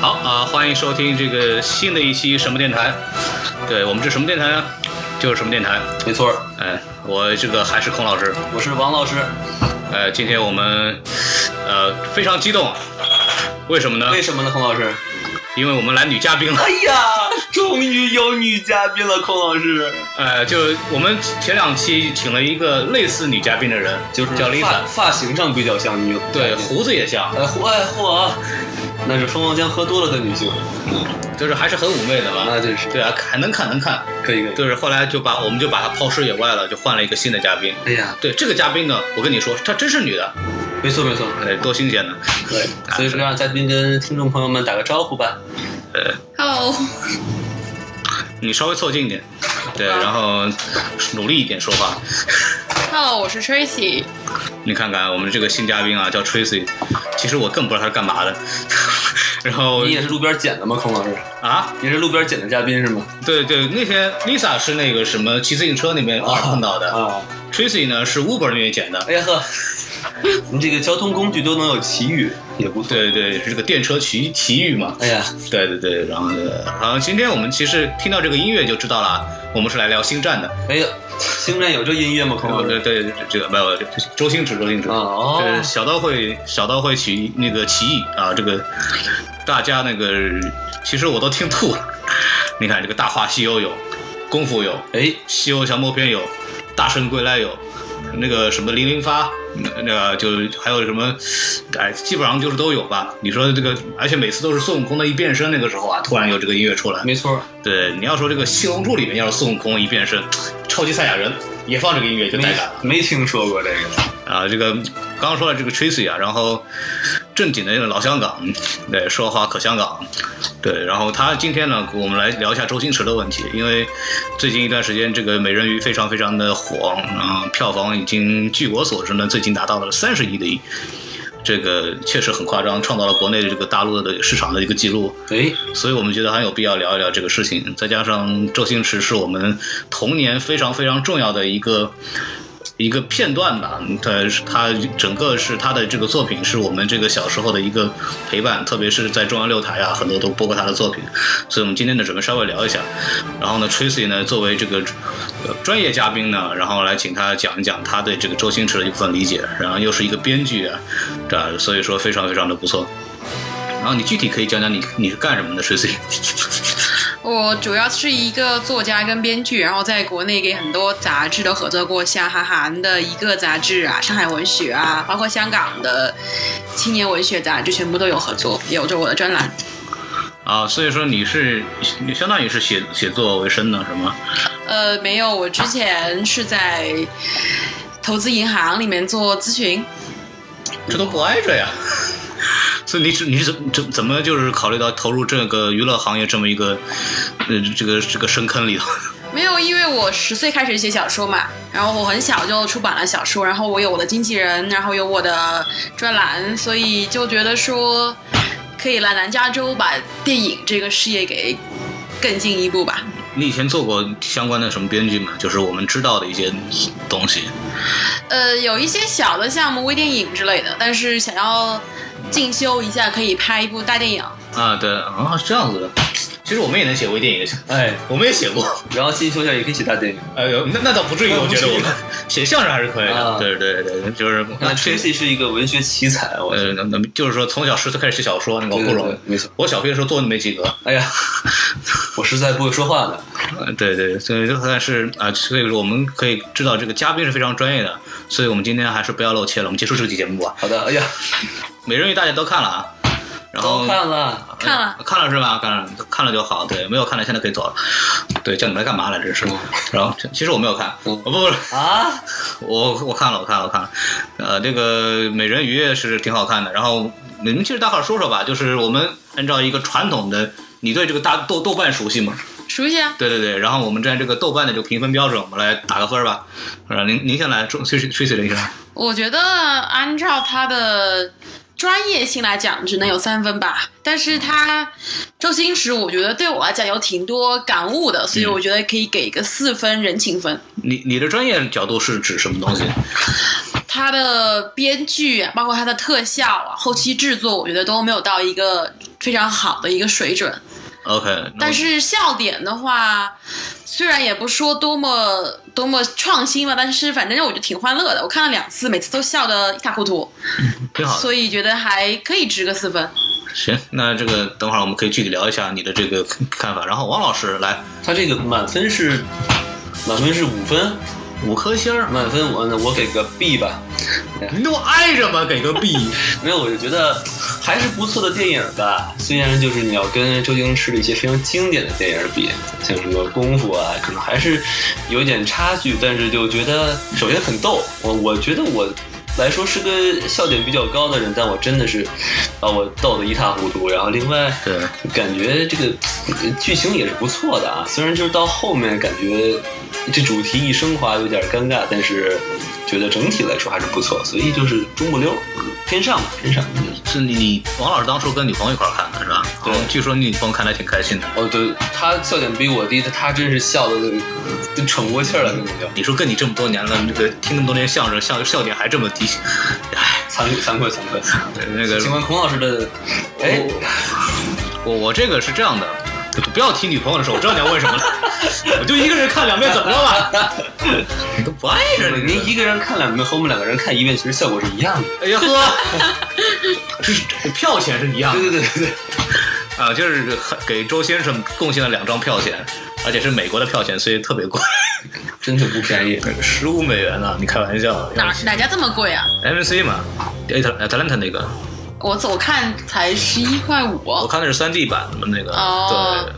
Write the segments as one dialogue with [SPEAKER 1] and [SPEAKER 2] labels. [SPEAKER 1] 好啊、欢迎收听这个新的一期什么电台。对我们这什么电台啊？就是什么电台。
[SPEAKER 2] 没错，
[SPEAKER 1] 哎，我这个还是孔老师。
[SPEAKER 2] 我是王老师。
[SPEAKER 1] 呃，今天我们呃非常激动，为什么呢
[SPEAKER 2] 为？什么呢，孔老师？
[SPEAKER 1] 因为我们来女嘉宾了。
[SPEAKER 2] 哎呀，终于有女嘉宾了，孔老师。
[SPEAKER 1] 呃，就我们前两期请了一个类似女嘉宾的人，
[SPEAKER 2] 就是
[SPEAKER 1] 叫
[SPEAKER 2] 嗯发
[SPEAKER 1] Lisa，
[SPEAKER 2] 发型上比较像女。
[SPEAKER 1] 对，胡子也像，
[SPEAKER 2] 哎嚯哎嚯啊，那是蜂王浆喝多了的女性。
[SPEAKER 1] 就是还是很妩媚的吧。
[SPEAKER 2] 那真是
[SPEAKER 1] 对啊，看能看能看，
[SPEAKER 2] 可以可以。
[SPEAKER 1] 就是后来就把我们就把她抛尸野外了，就换了一个新的嘉宾。
[SPEAKER 2] 哎呀，
[SPEAKER 1] 对这个嘉宾呢，我跟你说，她真是女的，
[SPEAKER 2] 没错没错。
[SPEAKER 1] 哎，多新鲜呢！
[SPEAKER 2] 对，所以说让嘉宾跟听众朋友们打个招呼吧。
[SPEAKER 3] Hello，
[SPEAKER 1] 呃你稍微凑近一点，对，然后努力一点说话。
[SPEAKER 3] Hello，我是 Tracy。
[SPEAKER 1] 你看看我们这个新嘉宾啊，叫 Tracy，其实我更不知道他是干嘛的。 然后
[SPEAKER 2] 你也是路边捡的吗，孔老师？
[SPEAKER 1] 啊，
[SPEAKER 2] 你是路边捡的嘉宾是吗？
[SPEAKER 1] 对对，那天 Lisa 是那个什么骑自行车那边偶尔碰到的、
[SPEAKER 2] 啊，
[SPEAKER 1] t r a c y 呢是 Uber 那边捡的。
[SPEAKER 2] 哎呀呵， 你这个交通工具都能有奇遇，也不错。
[SPEAKER 1] 对对，是这个电车奇奇遇嘛？
[SPEAKER 2] 哎呀，
[SPEAKER 1] 对对对，然后呃好像今天我们其实听到这个音乐就知道了，我们是来聊星战的。
[SPEAKER 2] 哎呀，星战有这音乐吗，孔老
[SPEAKER 1] 对
[SPEAKER 2] 师？
[SPEAKER 1] 对对，这个没有这周星驰，周星驰。
[SPEAKER 2] 啊
[SPEAKER 1] 呃，
[SPEAKER 2] 哦，
[SPEAKER 1] 小刀会小刀会起那个起义啊，这个大家那个其实我都听吐了。你看这个《大话西游》有，功夫有，
[SPEAKER 2] 哎，
[SPEAKER 1] 《西游降魔篇》有，《大圣归来》有，那个什么零零发，那那个就还有什么，哎，基本上就是都有吧。你说这个，而且每次都是孙悟空的一变身，那个时候啊，突然有这个音乐出来。
[SPEAKER 2] 没错，
[SPEAKER 1] 对，你要说这个《七龙珠》里面要是孙悟空一变身，超级赛亚人也放这个音乐就带
[SPEAKER 2] 没
[SPEAKER 1] 感了
[SPEAKER 2] 没听说过这个。
[SPEAKER 1] 啊。这个刚刚说了这个 Tracy 啊，然后正经的这个老香港，对，说话可香港。对，然后他今天呢，我们来聊一下周星驰的问题，因为最近一段时间这个《美人鱼》非常非常的火，然后票房已经据我所知呢，最近达到了三十亿的亿，这个确实很夸张，创造了国内这个大陆的市场的一个记录，
[SPEAKER 2] 哎，
[SPEAKER 1] 所以我们觉得很有必要聊一聊这个事情。再加上周星驰是我们童年非常非常重要的一个。一个片段吧，他他整个是他的这个作品是我们这个小时候的一个陪伴，特别是在中央六台啊，很多都播过他的作品，所以我们今天呢准备稍微聊一下。然后呢，Tracy 呢作为这个呃专业嘉宾呢，然后来请他讲一讲他对这个周星驰的一部分理解，然后又是一个编剧啊，这样所以说非常非常的不错。然后你具体可以讲讲你你是干什么的，Tracy？
[SPEAKER 3] 我主要是一个作家跟编剧，然后在国内给很多杂志都合作过，像韩寒的一个杂志啊，上海文学啊，包括香港的青年文学杂志，全部都有合作，有着我的专栏。
[SPEAKER 1] 啊，所以说你是你相当于是写写作为生的，是吗？
[SPEAKER 3] 呃，没有，我之前是在投资银行里面做咨询，
[SPEAKER 1] 这都不挨着呀。 所以你是你是怎怎怎么就是考虑到投入这个娱乐行业这么一个，呃，这个这个深坑里头？
[SPEAKER 3] 没有，因为我十岁开始写小说嘛，然后我很小就出版了小说，然后我有我的经纪人，然后有我的专栏，所以就觉得说可以来南加州把电影这个事业给更进一步吧。
[SPEAKER 1] 你以前做过相关的什么编剧吗？就是我们知道的一些东西。
[SPEAKER 3] 呃，有一些小的项目，微电影之类的，但是想要进修一下，可以拍一部大电影。
[SPEAKER 1] 啊，对啊，是这样子的。其实我们也能写微电影，
[SPEAKER 2] 哎，
[SPEAKER 1] 我们也写过。
[SPEAKER 2] 然后进修一下也可以写大电影。
[SPEAKER 1] 哎呦，那那倒不至于，
[SPEAKER 2] 那
[SPEAKER 1] 我
[SPEAKER 2] 不
[SPEAKER 1] 觉得
[SPEAKER 2] 至于
[SPEAKER 1] 我们写相声还是可以的。
[SPEAKER 2] 啊
[SPEAKER 1] 对对对，就是
[SPEAKER 2] 那 Tracy 是一个文学奇才，我觉得。
[SPEAKER 1] 呃，那那就是说从小十岁开始写小说，那个我不
[SPEAKER 2] 对对
[SPEAKER 1] 容
[SPEAKER 2] 对
[SPEAKER 1] 易。
[SPEAKER 2] 没错。
[SPEAKER 1] 我小学的时候做的没几个，
[SPEAKER 2] 哎呀，我实在不会说话的。
[SPEAKER 1] 呃对对，所以就算是啊，所以说我们可以知道这个嘉宾是非常专业的，所以我们今天还是不要露怯了，我们结束这期节目吧。
[SPEAKER 2] 好的，哎呀，
[SPEAKER 1] 美人鱼大家都看了啊，然后啊
[SPEAKER 2] 看了，
[SPEAKER 3] 看了，
[SPEAKER 1] 看了是吧？看了看了就好，对，没有看的现在可以走了。对，叫你们来干嘛来？这是。然后其其实我没有看，
[SPEAKER 2] 嗯
[SPEAKER 1] 哦不不是，
[SPEAKER 2] 啊，
[SPEAKER 1] 我我看了，我看了，我看了。呃，这个美人鱼是挺好看的。然后你们其实大伙儿说说吧，就是我们按照一个传统的，你对这个大豆豆瓣熟悉吗？
[SPEAKER 3] 熟悉啊，
[SPEAKER 1] 对对对。然后我们按这个豆瓣的这个评分标准，我们来打个分儿吧。呃，您您先来，吹吹吹起来一下。
[SPEAKER 3] 我觉得按照他的专业性来讲，只能有三分吧。但是他周星驰，我觉得对我来讲有挺多感悟的，所以
[SPEAKER 1] 嗯
[SPEAKER 3] 我觉得可以给一个四分人情分。
[SPEAKER 1] 你你的专业角度是指什么东西？
[SPEAKER 3] 他的编剧啊，包括他的特效啊、后期制作，我觉得都没有到一个非常好的一个水准。
[SPEAKER 1] 嗯 OK，那我
[SPEAKER 3] 但是笑点的话，虽然也不说多么多么创新吧，但是反正我觉得挺欢乐的。我看了两次，每次都笑得一塌糊涂，
[SPEAKER 1] 挺好的。
[SPEAKER 3] 所以觉得还可以值个四分。
[SPEAKER 1] 行，那这个等会儿我们可以具体聊一下你的这个看法。然后王老师来
[SPEAKER 2] 他这个满分是满分是五分，
[SPEAKER 1] 五颗星儿，
[SPEAKER 2] 满分我那我给个 B 吧，
[SPEAKER 1] 您都挨着吗？给个 B。
[SPEAKER 2] 没有，我就觉得还是不错的电影吧。虽然就是你要跟周星驰的一些非常经典的电影比，像什么《功夫》啊，可能还是有一点差距，但是就觉得首先很逗。我我觉得我来说是个笑点比较高的人，但我真的是把我逗得一塌糊涂。然后另外，
[SPEAKER 1] 对，
[SPEAKER 2] 感觉这个呃剧情也是不错的啊，虽然就是到后面感觉这主题一升华有点尴尬，但是觉得整体来说还是不错，所以就是中不溜，偏上吧，偏上。嗯
[SPEAKER 1] 是你你王老师当初跟女朋友一块儿看的是吧？
[SPEAKER 2] 对
[SPEAKER 1] 然后据说你女朋友看的还挺开心的。
[SPEAKER 2] 哦，对，他笑点比我低，他他真是笑的都喘不过气儿来，根本就
[SPEAKER 1] 你说跟你这么多年了，这个听那么多年相声，笑笑点还这么低，唉，
[SPEAKER 2] 惭惭愧惭愧。
[SPEAKER 1] 对那个
[SPEAKER 2] 请问孔老师的，哎，
[SPEAKER 1] 我我这个是这样的，就不要提女朋友的事，我知道你要问什么 了，我就一个人看两遍，怎么着吧？你都不挨着你
[SPEAKER 2] 您一个人看两遍和我们两个人看一遍，其实效果是一样的。
[SPEAKER 1] 哎呀呵，这是这票钱是一样的。
[SPEAKER 2] 对对对对
[SPEAKER 1] 啊，就是给周先生贡献了两张票钱，而且是美国的票钱，所以特别贵，
[SPEAKER 2] 对，真的不便宜。
[SPEAKER 1] 十五美元呢、你开玩笑
[SPEAKER 3] 哪哪家这么贵啊？
[SPEAKER 1] ？MC 嘛，Atlanta 哎那个，
[SPEAKER 3] 我走看才十一块
[SPEAKER 1] 我
[SPEAKER 3] 五，
[SPEAKER 1] 看的是3 D 版的那个，
[SPEAKER 3] 哦
[SPEAKER 1] 对。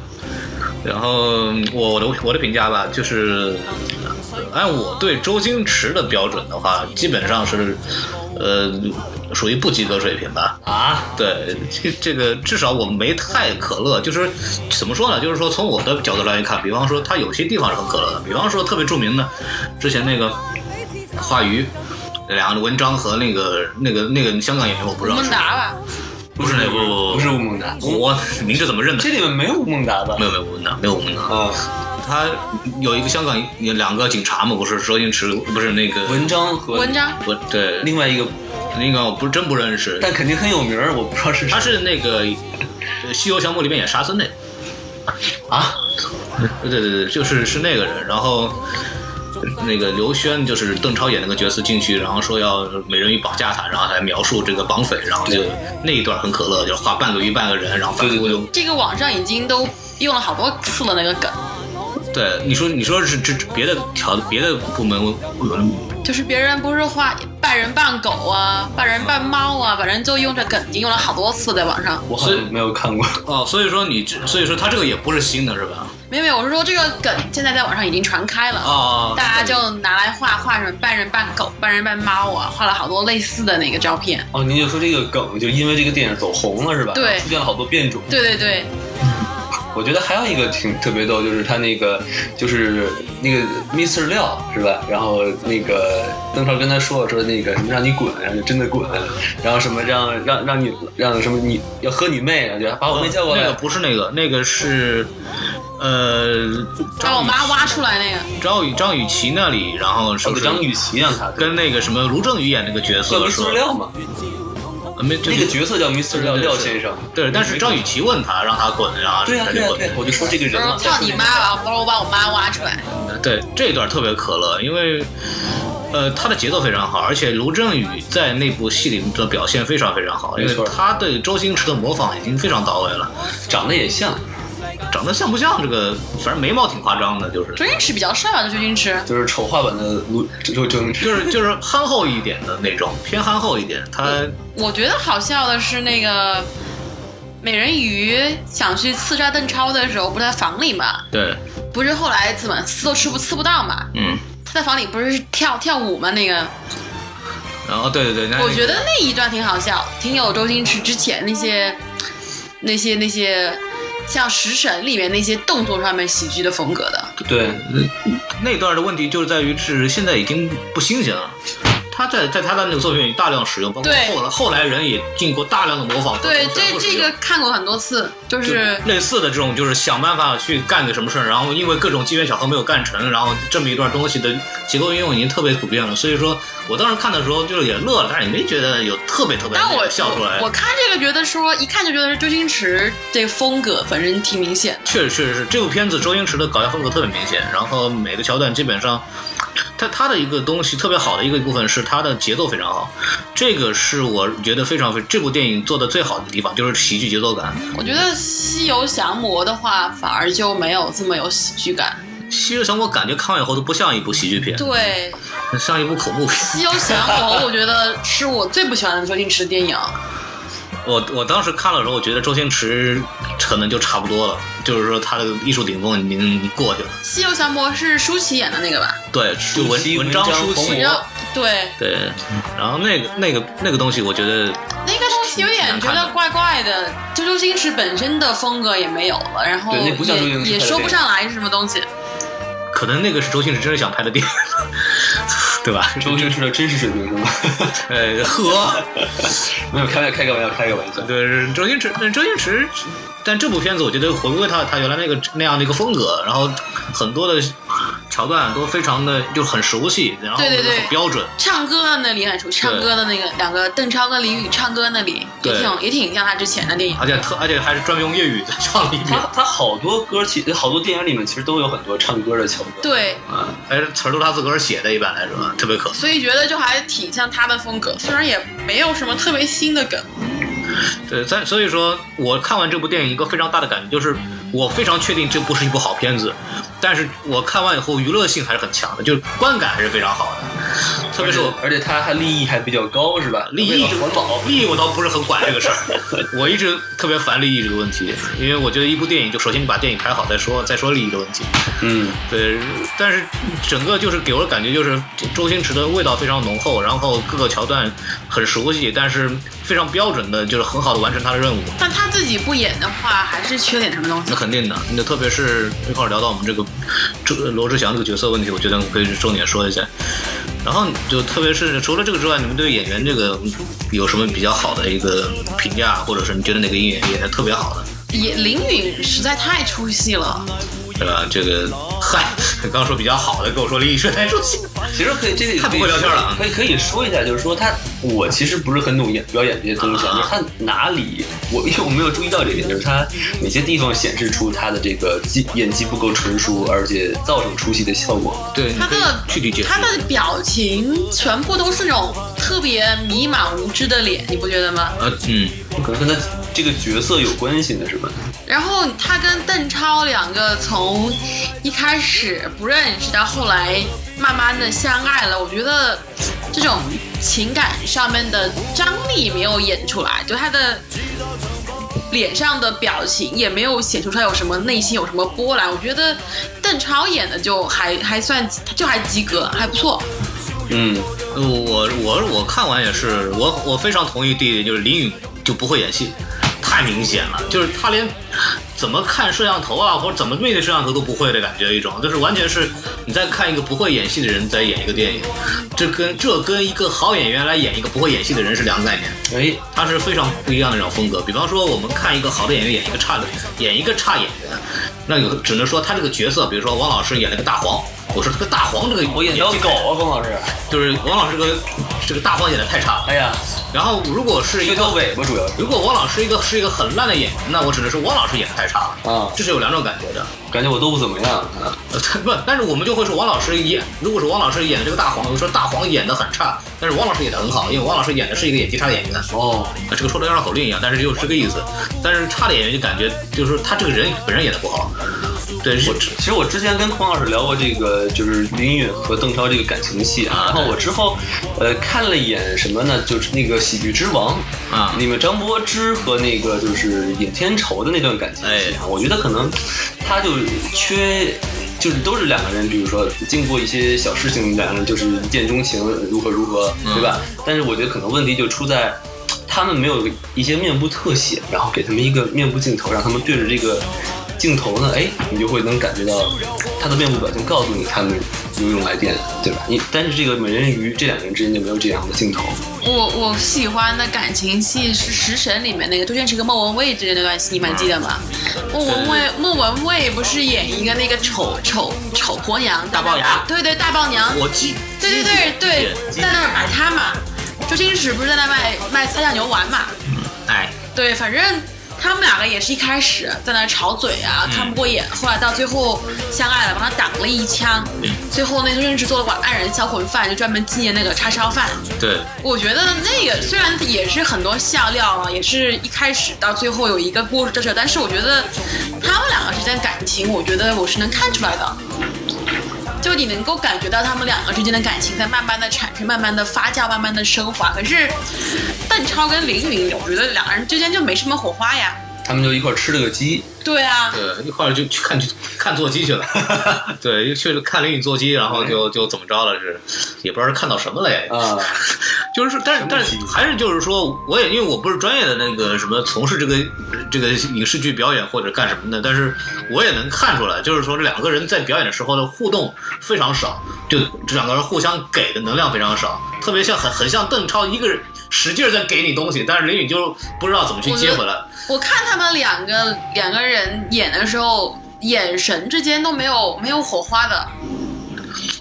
[SPEAKER 1] 然后我我的我的评价吧，就是按我对周星驰的标准的话，基本上是，呃，属于不及格水平吧。
[SPEAKER 2] 啊，
[SPEAKER 1] 对，这这个至少我没太可乐，就是怎么说呢？就是说从我的角度来看，比方说它有些地方是很可乐的，比方说特别著名的，之前那个华娱两个文章和那个那个那个香港演员，我不知道
[SPEAKER 3] 孟
[SPEAKER 1] 是
[SPEAKER 3] 达吧？
[SPEAKER 1] 不是那部，
[SPEAKER 2] 不是吴孟达，我
[SPEAKER 1] 我名字怎么认的
[SPEAKER 2] 这？里面没有吴孟达吧？
[SPEAKER 1] 没有没有文章，没有文章。
[SPEAKER 2] 啊，
[SPEAKER 1] 他有一个香港有两个警察嘛，不是周星驰，不是那个
[SPEAKER 2] 文章和
[SPEAKER 3] 文章
[SPEAKER 1] 不对，
[SPEAKER 2] 另外一个，
[SPEAKER 1] 那个我不真不认识，
[SPEAKER 2] 但肯定很有名儿，我不知道是
[SPEAKER 1] 他
[SPEAKER 2] 谁
[SPEAKER 1] 是那个《呃西游降魔》里面演沙僧那个。
[SPEAKER 2] 啊。
[SPEAKER 1] 对对对，就是是那个人，然后。那个刘轩就是邓超演那个角色进去，然后说要美人鱼绑架他，然后来描述这个绑匪，然后就那一段很可乐，就是画半个鱼半个人，然后反复就
[SPEAKER 3] 这个网上已经都用了好多次了那个梗，
[SPEAKER 1] 对你说你说是这这别的条别的部门我我
[SPEAKER 3] 就是别人不是画半人半狗啊，半人半猫啊，反正就用这梗已经用了好多次在网上。
[SPEAKER 2] 我好像没有看过。
[SPEAKER 1] 哦，所以说你这所以说他这个也不是新的是吧？
[SPEAKER 3] 没有没有，我是说这个梗现在在网上已经传开了，
[SPEAKER 1] 哦，
[SPEAKER 3] 大家就拿来画画什么半人半狗、半人半猫啊，画了好多类似的那个照片。
[SPEAKER 2] 哦，您就说这个梗就因为这个电影走红了是吧？
[SPEAKER 3] 对
[SPEAKER 2] 出现了好多变种。
[SPEAKER 3] 对对对，
[SPEAKER 2] 我觉得还有一个挺特别逗，就是他那个就是那个 Mr. 廖是吧？然后那个邓超跟他说说那个什么让你滚，然后就真的滚，然后什么让让让你让什么你要喝你妹，然后就把我妹叫过
[SPEAKER 1] 哦那
[SPEAKER 2] 来
[SPEAKER 1] 个。不是那个，那个是呃
[SPEAKER 3] 把
[SPEAKER 1] 张
[SPEAKER 3] 我
[SPEAKER 1] 雨
[SPEAKER 3] 妈挖出来那个，
[SPEAKER 1] 张雨张雨绮那里，然后是
[SPEAKER 2] 哦
[SPEAKER 1] 不
[SPEAKER 2] 对
[SPEAKER 1] 是
[SPEAKER 2] 张雨绮让他对
[SPEAKER 1] 跟那个什么卢正雨演那个角
[SPEAKER 2] 叫
[SPEAKER 1] 色说
[SPEAKER 2] Mr. 廖嘛，
[SPEAKER 1] 呃没就
[SPEAKER 2] 那
[SPEAKER 1] 是
[SPEAKER 2] 个角色叫 Mr. 廖
[SPEAKER 1] 对对
[SPEAKER 2] 廖
[SPEAKER 1] 是
[SPEAKER 2] 先生。
[SPEAKER 1] 对，但是张雨绮问他让他滚，然后
[SPEAKER 2] 对呀、
[SPEAKER 1] 他就
[SPEAKER 2] 对呀、啊
[SPEAKER 1] 滚。
[SPEAKER 2] 对呀、我就说这个
[SPEAKER 3] 就
[SPEAKER 2] 人嘛
[SPEAKER 3] 是，操你妈吧，把我把我妈挖出来。
[SPEAKER 1] 对这一段特别可乐，因为呃他的节奏非常好，而且卢振雨在那部戏里的表现非常非常好，因
[SPEAKER 2] 没
[SPEAKER 1] 为
[SPEAKER 2] 错
[SPEAKER 1] 他对周星驰的模仿已经非常到位了。
[SPEAKER 2] 长得也像，
[SPEAKER 1] 长得像不像这个，反正眉毛挺夸张的，就是
[SPEAKER 3] 周星驰比较帅吧，这周星驰。
[SPEAKER 2] 就是丑化版的卢周周星驰。
[SPEAKER 1] 就是就是憨厚一点的那种，偏憨厚一点。他
[SPEAKER 3] 我觉得好笑的是那个美人鱼想去刺杀邓超的时候，不是在房里嘛？
[SPEAKER 1] 对，
[SPEAKER 3] 不是后来怎么刺都刺不刺不到嘛？
[SPEAKER 1] 嗯，
[SPEAKER 3] 他在房里不是跳跳舞吗？那个，
[SPEAKER 1] 然后对对对，那
[SPEAKER 3] 我觉得那一段挺好笑，挺有周星驰之前那些、那些、那些，像《食神》里面那些动作上面喜剧的风格的。
[SPEAKER 2] 对，
[SPEAKER 1] 那段的问题就是在于是现在已经不新鲜了。他在在他的那个作品里大量使用，包括
[SPEAKER 3] 对
[SPEAKER 1] 后来后来人也经过大量的模仿和
[SPEAKER 3] 对，
[SPEAKER 1] 重新
[SPEAKER 3] 这
[SPEAKER 1] 复使
[SPEAKER 3] 这
[SPEAKER 1] 用
[SPEAKER 3] 个看过很多次，就是
[SPEAKER 1] 类似的这种，就是想办法去干个什么事儿，然后因为各种机缘巧合没有干成，然后这么一段东西的结构应用已经特别普遍了。所以说我当时看的时候就是也乐了，但是也没觉得有特别特别
[SPEAKER 3] 但我
[SPEAKER 1] 笑出来
[SPEAKER 3] 我。我看这个觉得说，一看就觉得是周星驰这个风格，反正挺明显的。
[SPEAKER 1] 确实，确实是这部片子周星驰的搞笑风格特别明显，然后每个桥段基本上，他他的一个东西特别好的一个部分是他的节奏非常好，这个是我觉得非常非这部电影做的最好的地方，就是喜剧节奏感。
[SPEAKER 3] 我觉得《西游降魔》的话，反而就没有这么有喜剧感。
[SPEAKER 1] 《西游降魔》感觉看完以后都不像一部喜剧片，
[SPEAKER 3] 对，
[SPEAKER 1] 像一部恐怖片。
[SPEAKER 3] 《西游降魔》我觉得是我最不喜欢的周星驰的电影。
[SPEAKER 1] 我我当时看了的时候，我觉得周星驰可能就差不多了，就是说他的艺术顶峰已经过去了。
[SPEAKER 3] 《西游降魔》是舒淇演的那个吧？
[SPEAKER 1] 对，就文
[SPEAKER 2] 舒淇
[SPEAKER 1] 章
[SPEAKER 2] 文章
[SPEAKER 1] 舒
[SPEAKER 2] 洪
[SPEAKER 1] 淇
[SPEAKER 2] 博
[SPEAKER 3] 然，后对
[SPEAKER 1] 对，然后那个那个那个东西，我觉得
[SPEAKER 3] 那个东西有点觉得怪怪的，就周星驰本身的风格也没有了，然后
[SPEAKER 2] 对那不像周
[SPEAKER 3] 也
[SPEAKER 2] 星驰
[SPEAKER 3] 也
[SPEAKER 2] 拍的
[SPEAKER 3] 说不
[SPEAKER 2] 电影
[SPEAKER 3] 上来是什么东西。
[SPEAKER 1] 可能那个是周星驰真是想拍的电影， 对吧？
[SPEAKER 2] 周星驰的真实水平是吗？
[SPEAKER 1] 呃，呵，
[SPEAKER 2] 没有开玩笑，开个玩笑，开个玩笑。
[SPEAKER 1] 对，周星驰，但周星驰，但这部片子我觉得回归他他原来那个那样的一个风格，然后很多的桥段都非常的就很熟悉，然后
[SPEAKER 3] 对对对
[SPEAKER 1] 很标准。
[SPEAKER 3] 唱歌的那里很熟，唱歌的那个两个邓超跟李宇唱歌那里也
[SPEAKER 1] 对
[SPEAKER 3] 挺也挺像他之前的电影。
[SPEAKER 1] 而且特，而且还是专门用粤语在唱了一遍
[SPEAKER 2] 他，他好多歌其好多电影里面其实都有很多唱歌的桥段。
[SPEAKER 3] 对，
[SPEAKER 2] 啊，
[SPEAKER 1] 哎，词儿都是他自个儿写的，一般来说特别可惜。
[SPEAKER 3] 所以觉得就还挺像他的风格，虽然也没有什么特别新的梗。
[SPEAKER 1] 对，所以所以说我看完这部电影一个非常大的感觉就是，我非常确定这不是一部好片子，但是我看完以后娱乐性还是很强的，就是观感还是非常好的。特别是我
[SPEAKER 2] 而且他还利益还比较高，是吧？
[SPEAKER 1] 利益
[SPEAKER 2] 为了环保，
[SPEAKER 1] 利益我倒不是很管这个事儿，我一直特别烦利益这个问题，因为我觉得一部电影就首先你把电影拍好再说，再说利益的问题。
[SPEAKER 2] 嗯，
[SPEAKER 1] 对，但是整个就是给我的感觉就是周星驰的味道非常浓厚，然后各个桥段很熟悉，但是非常标准的，就是很好的完成他的任务。
[SPEAKER 3] 但他自己不演的话，还是缺点什么东西
[SPEAKER 1] 那。肯定的，那特别是一块儿聊到我们这个这个罗志祥这个角色问题，我觉得我们可以重点说一下。然后就特别是除了这个之外，你们对演员这个有什么比较好的一个评价，或者是你觉得哪个演员演的特别好的，
[SPEAKER 3] 也林允实在太出戏了，
[SPEAKER 1] 对吧？这个嗨， 刚说比较好的，跟我说李宇春还说
[SPEAKER 2] 其实可以，这个也
[SPEAKER 1] 太不会聊天了啊
[SPEAKER 2] 可以可以说一下，就是说他，我其实不是很懂演表演这些东西，啊，就是他哪里，我 因为我没有注意到这一点，就是他哪些地方显示出他的这个技演技不够纯熟，而且造成出戏的效果。
[SPEAKER 1] 对
[SPEAKER 3] 他的
[SPEAKER 1] 具嗯体解释
[SPEAKER 3] 他的表情全部都是那种特别迷茫无知的脸，你不觉得吗？
[SPEAKER 1] 呃嗯。
[SPEAKER 2] 可能跟他这个角色有关系呢，是吧？
[SPEAKER 3] 然后他跟邓超两个从一开始不认识到后来慢慢的相爱了，我觉得这种情感上面的张力没有演出来，就他的脸上的表情也没有显出他有什么内心有什么波澜。我觉得邓超演的就还还算就还及格，还不错。
[SPEAKER 2] 嗯，
[SPEAKER 1] 呃我我我看完也是，我我非常同意弟弟，就是林允就不会演戏，太明显了，就是他连怎么看摄像头啊，或者怎么面对摄像头都不会的感觉，一种就是完全是你在看一个不会演戏的人在演一个电影，这跟这跟一个好演员来演一个不会演戏的人是两个概念。
[SPEAKER 2] 哎，
[SPEAKER 1] 他是非常不一样的一种风格。比方说，我们看一个好的演员演一个差的，演一个差演员，那有只能说他这个角色，比如说王老师演了个大黄，我说这个大黄这个
[SPEAKER 2] 我演条
[SPEAKER 1] 技
[SPEAKER 2] 狗啊，冯老师，
[SPEAKER 1] 就是王老师这个这个大黄演的太差了。
[SPEAKER 2] 哎呀，
[SPEAKER 1] 然后如果是一
[SPEAKER 2] 吹
[SPEAKER 1] 个
[SPEAKER 2] 到尾巴主要是，
[SPEAKER 1] 如果王老师一个是一个很烂的演员，那我只能说王老师演的太差了。
[SPEAKER 2] 啊
[SPEAKER 1] 这是有两种感觉的，
[SPEAKER 2] 感觉我都不怎么样啊。
[SPEAKER 1] 呃 不，但是我们就会说王老师演，如果是王老师演的这个大黄，我们说大黄演的很差，但是王老师演的很好，因为王老师演的是一个演技差的演员。
[SPEAKER 2] 哦，
[SPEAKER 1] 啊，这个说的有点口令一样，但是就是这个意思。但是差的演员就感觉就是他这个人本身演的不好，对，
[SPEAKER 2] 我之其实我之前跟孔老师聊过这个，就是林允和邓超这个感情戏啊。然后我之后，呃，看了一眼什么呢？就是那个《喜剧之王》
[SPEAKER 1] 啊
[SPEAKER 2] 那个张柏芝和那个就是尹天仇的那段感情戏啊，我觉得可能他就缺。就是都是两个人，比如说经过一些小事情，两个人就是一见钟情，如何如何，对吧？但是我觉得可能问题就出在他们没有一些面部特写，然后给他们一个面部镜头，让他们对着这个镜头呢，哎，你就会能感觉到他的面部表情告诉你他们有一种来电，对吧？你但是这个美人鱼这两个人之间就没有这样的镜头，
[SPEAKER 3] 我我喜欢的感情戏是《食神》里面那个周星驰跟莫文蔚之间那段戏，你们记得吗？莫文蔚，莫文蔚不是演一个那个丑丑丑婆娘，
[SPEAKER 1] 大龅牙
[SPEAKER 3] 对对，大龅娘，
[SPEAKER 1] 我记，
[SPEAKER 3] 对对对对，在那儿摆摊嘛。周星驰不是在那卖卖三酱牛丸嘛？
[SPEAKER 1] 哎，
[SPEAKER 3] 对，反正他们两个也是一开始在那吵嘴
[SPEAKER 1] 嗯
[SPEAKER 3] 啊，看不过眼，后来到最后相爱了，帮他挡了一枪。最后那周星驰做了碗黯然销魂饭，就专门纪念那个叉烧饭。
[SPEAKER 1] 对，
[SPEAKER 3] 我觉得那个虽然也是很多笑料啊，也是一开始到最后有一个故事这事，但是我觉得他们两个之间的感情，我觉得我是能看出来的。就你能够感觉到他们两个之间的感情在慢慢的产生、慢慢的发酵、慢慢的升华。可是邓超跟林允，我觉得两个人之间就没什么火花呀。
[SPEAKER 2] 他们就一块儿吃了个鸡，
[SPEAKER 3] 对啊，
[SPEAKER 1] 对，一块儿就去看去看座机去了，对，去了看林允座机，然后就就怎么着了是，也不知道是看到什么了也，
[SPEAKER 2] 啊，
[SPEAKER 1] 就是说，但是但是还是就是说，我也因为我不是专业的那个什么从事这个这个影视剧表演或者干什么的，但是我也能看出来，就是说这两个人在表演的时候的互动非常少，就这两个人互相给的能量非常少，特别像很很像邓超一个人使劲儿在给你东西，但是林允就不知道怎么去接回来。
[SPEAKER 3] 我看他们两个两个人演的时候，眼神之间都没有没有火花的。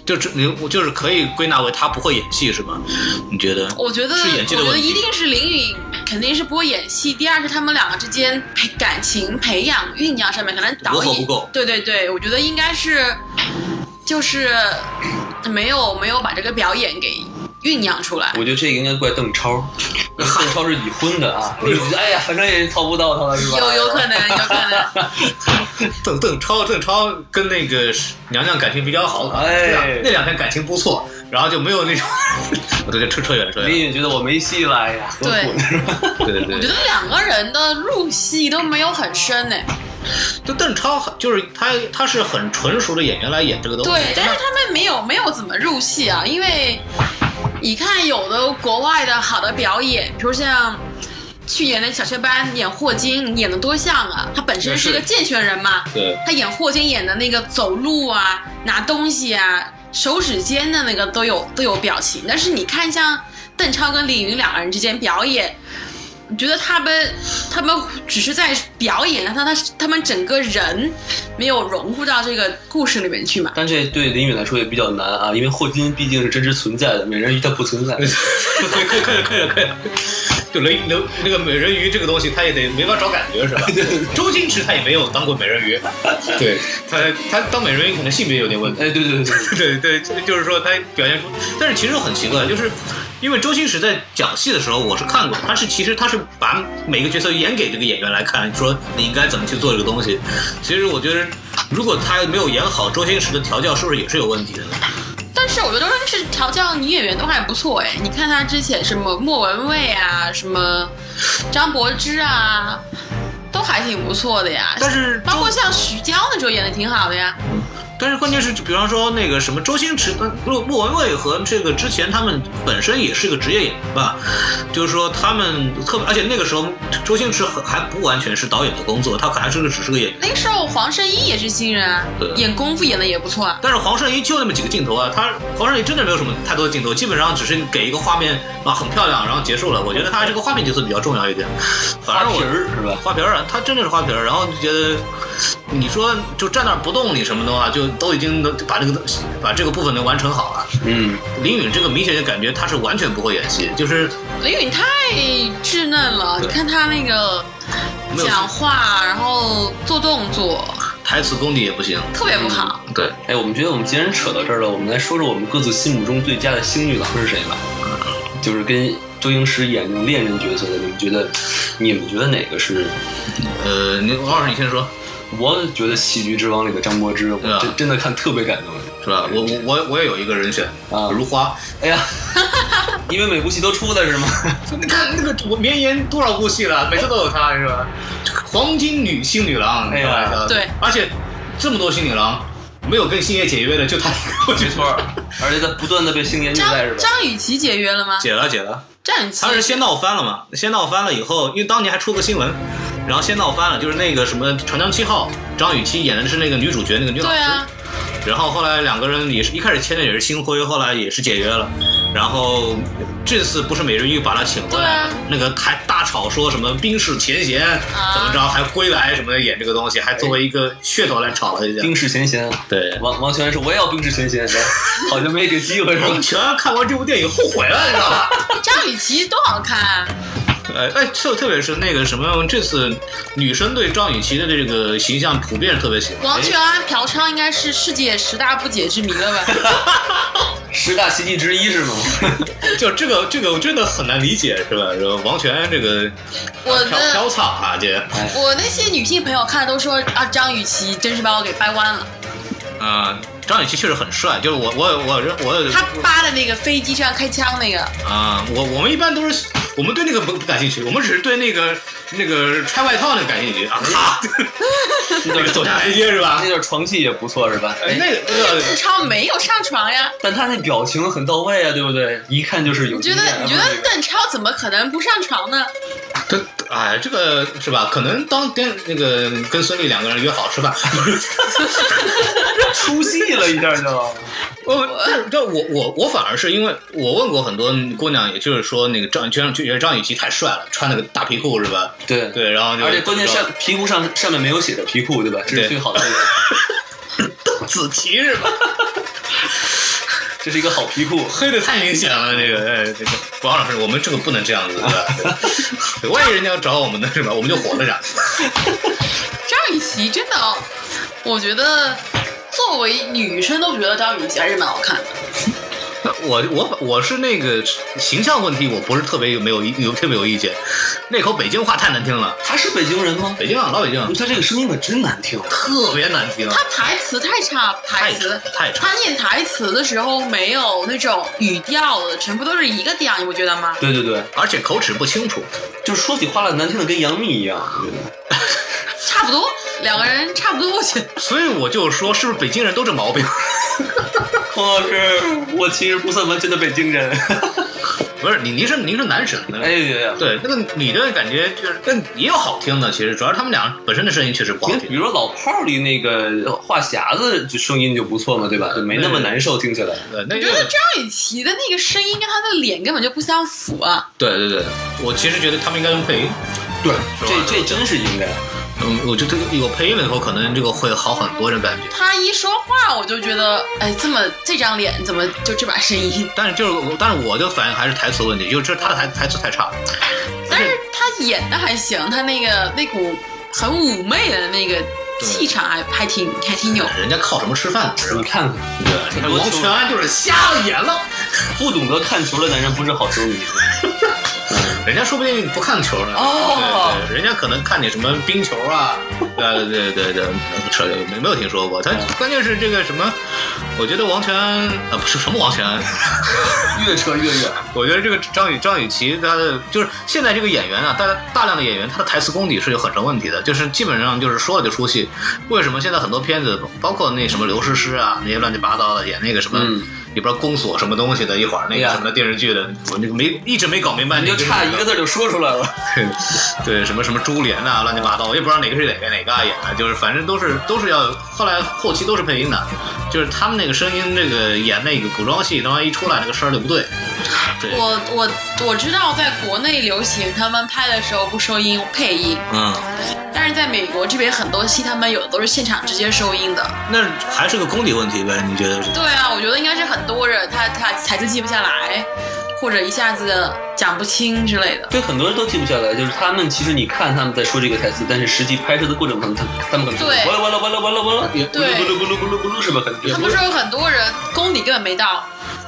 [SPEAKER 1] 就这你我就是可以归纳为他不会演戏是吗？你觉得？
[SPEAKER 3] 我觉得，
[SPEAKER 1] 是演技的
[SPEAKER 3] 我觉得
[SPEAKER 1] 问题
[SPEAKER 3] 一定是林允肯定是不会演戏。第二是他们两个之间培感情培养酝酿上面，可能导
[SPEAKER 1] 磨合
[SPEAKER 3] 演
[SPEAKER 1] 不够
[SPEAKER 3] 对对对，我觉得应该是就是没有没有把这个表演给酝酿出来。
[SPEAKER 2] 我觉得这个应该怪邓超，邓超是已婚的啊，你哎呀，反正也操不到他了是吧？
[SPEAKER 3] 有有可能，有可 能，
[SPEAKER 1] 邓邓超邓超跟那个娘娘感情比较好，
[SPEAKER 2] 哎
[SPEAKER 1] 这两那两天感情不错，然后就没有那种，我都扯扯远了，扯
[SPEAKER 2] 林
[SPEAKER 1] 远了，
[SPEAKER 2] 允觉得我没戏了，哎呀，何苦呢是吧？
[SPEAKER 1] 对对对
[SPEAKER 3] 我觉。得两个人的入戏都没有很深呢。
[SPEAKER 1] 就邓超就是他，他是很纯熟的演员来演这个东西。
[SPEAKER 3] 对，但是他们没有没有怎么入戏啊，因为你看有的国外的好的表演，比如像。去演那小雀斑演霍金演的多像啊！他本身是一个
[SPEAKER 1] 是
[SPEAKER 3] 健全人嘛，
[SPEAKER 1] 对
[SPEAKER 3] 他演霍金演的那个走路啊、拿东西啊、手指尖的那个都有都有表情，但是你看像邓超跟李云两个人之间表演，你觉得他们他们只是在表演，他他他们整个人没有融入到这个故事里面去嘛？
[SPEAKER 2] 但这对林允来说也比较难啊，因为霍金毕竟是真实存在的，美人鱼它不存在。
[SPEAKER 1] 可以可以可以可以可以，就雷雷那个美人鱼这个东西，他也得没法找感觉是吧？周星驰他也没有当过美人鱼，对他他当美人鱼可能性别有点问题。
[SPEAKER 2] 哎，对对对对，
[SPEAKER 1] 对对，就是说他表现出，但是其实很奇怪，就是因为周星驰在讲戏的时候，我是看过，他是其实他是把每个角色演给这个演员来看，说你应该怎么去做这个东西。其实我觉得，如果他没有演好，周星驰的调教是不是也是有问题的呢？
[SPEAKER 3] 但是我觉得周星驰调教女演员都还不错哎，你看他之前什么莫文蔚啊，什么张柏芝啊，都还挺不错的呀。
[SPEAKER 1] 但是
[SPEAKER 3] 包括
[SPEAKER 1] 周
[SPEAKER 3] 像徐娇那时候演的挺好的呀。
[SPEAKER 1] 但是关键是，比方说那个什么周星驰、莫莫文蔚和这个之前他们本身也是个职业演员吧，就是说他们特别，而且那个时候周星驰还还不完全是导演的工作，他还是个只是个演员。
[SPEAKER 3] 那个时候黄圣依也是新人啊
[SPEAKER 1] 对，
[SPEAKER 3] 演功夫演的也不错啊。
[SPEAKER 1] 但是黄圣依就那么几个镜头啊，他黄圣依真的没有什么太多的镜头，基本上只是给一个画面啊，很漂亮，然后结束了。我觉得他这个画面角色比较重要一点，反
[SPEAKER 2] 花
[SPEAKER 1] 而我
[SPEAKER 2] 瓶儿是吧？
[SPEAKER 1] 花瓶儿啊，他真的是花瓶儿，然后就觉得你说就站那儿不动你什么的话，就都已经把这个把这个部分能完成好了。
[SPEAKER 2] 嗯，
[SPEAKER 1] 林允这个明显就感觉他是完全不会演戏，就是
[SPEAKER 3] 林允太稚嫩了，
[SPEAKER 1] 对
[SPEAKER 3] 你看她那个
[SPEAKER 1] 没有
[SPEAKER 3] 讲话，然后做动作
[SPEAKER 1] 台词功底也不行。
[SPEAKER 3] 特别不好。
[SPEAKER 1] 对，
[SPEAKER 2] 哎，我们觉得我们既然扯到这儿了，我们来说说我们各自心目中最佳的星女郎是谁吧。就是跟周星驰演那种恋人角色的，你们觉得，你们觉得哪个是？
[SPEAKER 1] 呃，你王老师你先说，
[SPEAKER 2] 我觉得《喜剧之王》里的张柏芝，我
[SPEAKER 1] 啊
[SPEAKER 2] 真真的看特别感动。
[SPEAKER 1] 是吧？我我我我也有一个人选
[SPEAKER 2] 啊
[SPEAKER 1] 如花，
[SPEAKER 2] 哎呀， 因为每部戏都出了是吗？
[SPEAKER 1] 你看那个我绵延多少部戏了，每次都有她，是吧？黄金女星女郎，你知道吧
[SPEAKER 2] 哎呀
[SPEAKER 3] 对，
[SPEAKER 1] 而且这么多星女郎，没有跟星爷解约的就她一个，我觉
[SPEAKER 2] 没
[SPEAKER 1] 得
[SPEAKER 2] 错儿，而且在不断的被星爷
[SPEAKER 1] 嗯
[SPEAKER 2] 虐
[SPEAKER 3] 张
[SPEAKER 2] 待是吧？
[SPEAKER 3] 张雨绮解约了吗？
[SPEAKER 1] 解了解了。
[SPEAKER 3] 张雨绮
[SPEAKER 1] 他是先闹翻了嘛？先闹翻了以后，因为当年还出个新闻，然后先闹翻了，就是那个什么《长江七号》，张雨绮演的是那个女主角，那个女老
[SPEAKER 3] 对
[SPEAKER 1] 师。
[SPEAKER 3] 啊，
[SPEAKER 1] 然后后来两个人也是一开始签的也是新辉，后来也是解约了。然后这次不是美人鱼把他请回来了，
[SPEAKER 3] 对啊
[SPEAKER 1] 那个还大吵说什么冰释前嫌，怎么着还归来什么的演这个东西，还作为一个噱头来炒了一下。
[SPEAKER 2] 冰释前嫌啊！
[SPEAKER 1] 对，
[SPEAKER 2] 王王全说我也要冰释前嫌，好像没给机会是吧
[SPEAKER 1] 王？全看完这部电影后悔啊了，你知道吧？
[SPEAKER 3] 张雨绮多好看啊！
[SPEAKER 1] 呃， 哎，特特别是那个什么，这次女生对张雨绮的这个形象普遍是特别喜欢。哎
[SPEAKER 3] 王全安、嫖娼应该是世界十大不解之谜了吧？
[SPEAKER 2] 十大奇迹之一是吗？
[SPEAKER 1] 就这个这个，我真的很难理解，是吧？说王全这个
[SPEAKER 3] 我
[SPEAKER 1] 嫖
[SPEAKER 3] 的
[SPEAKER 1] 嫖娼啊，这
[SPEAKER 3] 我那些女性朋友看都说啊，张雨绮真是把我给掰弯了。
[SPEAKER 1] 啊、张雨绮确实很帅，就是我我我
[SPEAKER 3] 她
[SPEAKER 1] 我
[SPEAKER 3] 扒的那个飞机上开枪那个，
[SPEAKER 1] 啊、我我们一般都是我们对那个不不感兴趣，我们只是对那个那个穿外套那个感兴趣啊，哈，那个走下台阶是吧
[SPEAKER 2] 那？段床戏也不错是吧？
[SPEAKER 1] 哎
[SPEAKER 2] 哎，
[SPEAKER 1] 那个那个
[SPEAKER 3] 邓超没有上床呀。
[SPEAKER 2] 但他那表情很到位啊，对不对？一看就是有
[SPEAKER 3] 你
[SPEAKER 2] 经
[SPEAKER 3] 觉
[SPEAKER 2] 验。啊
[SPEAKER 3] 得你觉得邓超怎么可能不上床呢？
[SPEAKER 1] 这哎，这个是吧？可能当跟那个跟孙俪两个人约好吃饭。
[SPEAKER 2] 出戏了一下 就？
[SPEAKER 1] 我这这我我我反而是因为我问过很多姑娘，也就是说那个张觉得觉得张雨绮太帅了，穿那个大皮裤是吧？
[SPEAKER 2] 对。
[SPEAKER 1] 对，然后就
[SPEAKER 2] 而且关键 上皮裤上上面没有写着皮裤，对吧？这是
[SPEAKER 1] 对
[SPEAKER 2] 最好的一个，
[SPEAKER 1] 子琪是吧？
[SPEAKER 2] 这是一个好皮裤。
[SPEAKER 1] 黑的太明显了，这个哎，这个王老师，我们这个不能这样子，对吧？对万一人家要找我们呢，是吧？我们就火了点。
[SPEAKER 3] 张雨绮真的哦，我觉得作为女生都觉得张雨绮还是蛮好看的。
[SPEAKER 1] 我我我是那个形象问题，我不是特别有没有意有特别有意见，那口北京话太难听了，
[SPEAKER 2] 他是北京人吗？
[SPEAKER 1] 北京啊，老北京啊，
[SPEAKER 2] 他这个声音可真难听。
[SPEAKER 1] 特别难听，啊
[SPEAKER 3] 她台词太差，
[SPEAKER 1] 太
[SPEAKER 3] 台词。
[SPEAKER 1] 太差。
[SPEAKER 3] 她念台词的时候没有那种语调的，全部都是一个调，你不觉得吗？
[SPEAKER 2] 对对对，
[SPEAKER 1] 而且口齿不清楚，
[SPEAKER 2] 就是说起话来难听的跟杨幂一样，我觉得
[SPEAKER 3] 差不多，两个人差不多，我觉得。
[SPEAKER 1] 所以我就说，是不是北京人都这毛病？
[SPEAKER 2] 孔老师，我其实不算完全的北京人。
[SPEAKER 1] 不是，你您是您是男神的，
[SPEAKER 2] 哎呀呀，
[SPEAKER 1] 对，那个女的感觉就是，但也有好听的，其实主要是他们俩本身的声音确实不好
[SPEAKER 2] 你比
[SPEAKER 1] 听。
[SPEAKER 2] 如说老炮儿里那个话匣子就声音就不错嘛，对吧？就没那么难受，听起来。
[SPEAKER 1] 对，那
[SPEAKER 3] 我
[SPEAKER 1] 个
[SPEAKER 3] 觉得张雨绮的那个声音跟她的脸根本就不相符啊！
[SPEAKER 1] 对对对，我其实觉得他们应该用配音，
[SPEAKER 2] 对，
[SPEAKER 1] 是
[SPEAKER 2] 这
[SPEAKER 1] 吧
[SPEAKER 2] 这真是应该。
[SPEAKER 1] 嗯，我觉得这个有配音了以后，可能这个会好很多，这感觉。
[SPEAKER 3] 她一说话，我就觉得，哎，这么这张脸怎么就这把声 音？
[SPEAKER 1] 但是就是我，但是我的反应还是台词问题，就是他的台台词太差。
[SPEAKER 3] 但是她演的还行，她那个那股很妩媚的那个气场还还挺还挺有。
[SPEAKER 1] 人家靠什么吃饭呢？是吧
[SPEAKER 2] 你看看，
[SPEAKER 1] 对，你看
[SPEAKER 2] 我
[SPEAKER 1] 王全安就是瞎了眼了，
[SPEAKER 2] 不懂得看球的男人不是好球迷。
[SPEAKER 1] 人家说不定不看球呢。
[SPEAKER 3] 哦
[SPEAKER 1] 对对，人家可能看你什么冰球啊，对对对对，扯没没有听说过。他关键是这个什么，我觉得王全安啊不是什么王全安，
[SPEAKER 2] 越扯越远。
[SPEAKER 1] 我觉得这个张雨张雨绮她的就是现在这个演员啊，大大量的演员她的台词功底是有很成问题的，就是基本上就是说了就出戏。为什么现在很多片子，包括那什么刘诗诗啊那些乱七八糟的演那个什么。
[SPEAKER 2] 嗯
[SPEAKER 1] 里边公所什么东西的，一会儿那
[SPEAKER 2] 哎
[SPEAKER 1] 个
[SPEAKER 2] 呀
[SPEAKER 1] 什么电视剧的，我那个没一直没搞明白，
[SPEAKER 2] 你就差一个字儿就说出来了。
[SPEAKER 1] 对 对，什么什么珠帘啊，乱七八糟，我也不知道哪个是哪个，哪个啊演的，就是反正都是都是要，后来后期都是配音的，就是他们那个声音，那个演那个古装戏，他妈一出来那个声儿就不对。对，
[SPEAKER 3] 我我我知道，在国内流行，他们拍的时候不收音配音，
[SPEAKER 1] 嗯，
[SPEAKER 3] 但是在美国这边很多戏，他们有的都是现场直接收音的。
[SPEAKER 1] 那还是个功底问题呗？你觉得是？
[SPEAKER 3] 对啊，我觉得应该是很多人他他台词记不下来，或者一下子讲不清之类的。
[SPEAKER 2] 对，很多人都记不下来，就是他们其实你看他们在说这个台词，但是实际拍摄的过程中，他们他们可能就
[SPEAKER 3] 对
[SPEAKER 2] 完了完了完了完了完了，
[SPEAKER 1] 也
[SPEAKER 2] 咕噜咕噜咕噜咕噜咕噜是吧？可能就
[SPEAKER 3] 他们说有很多人功底根本没到，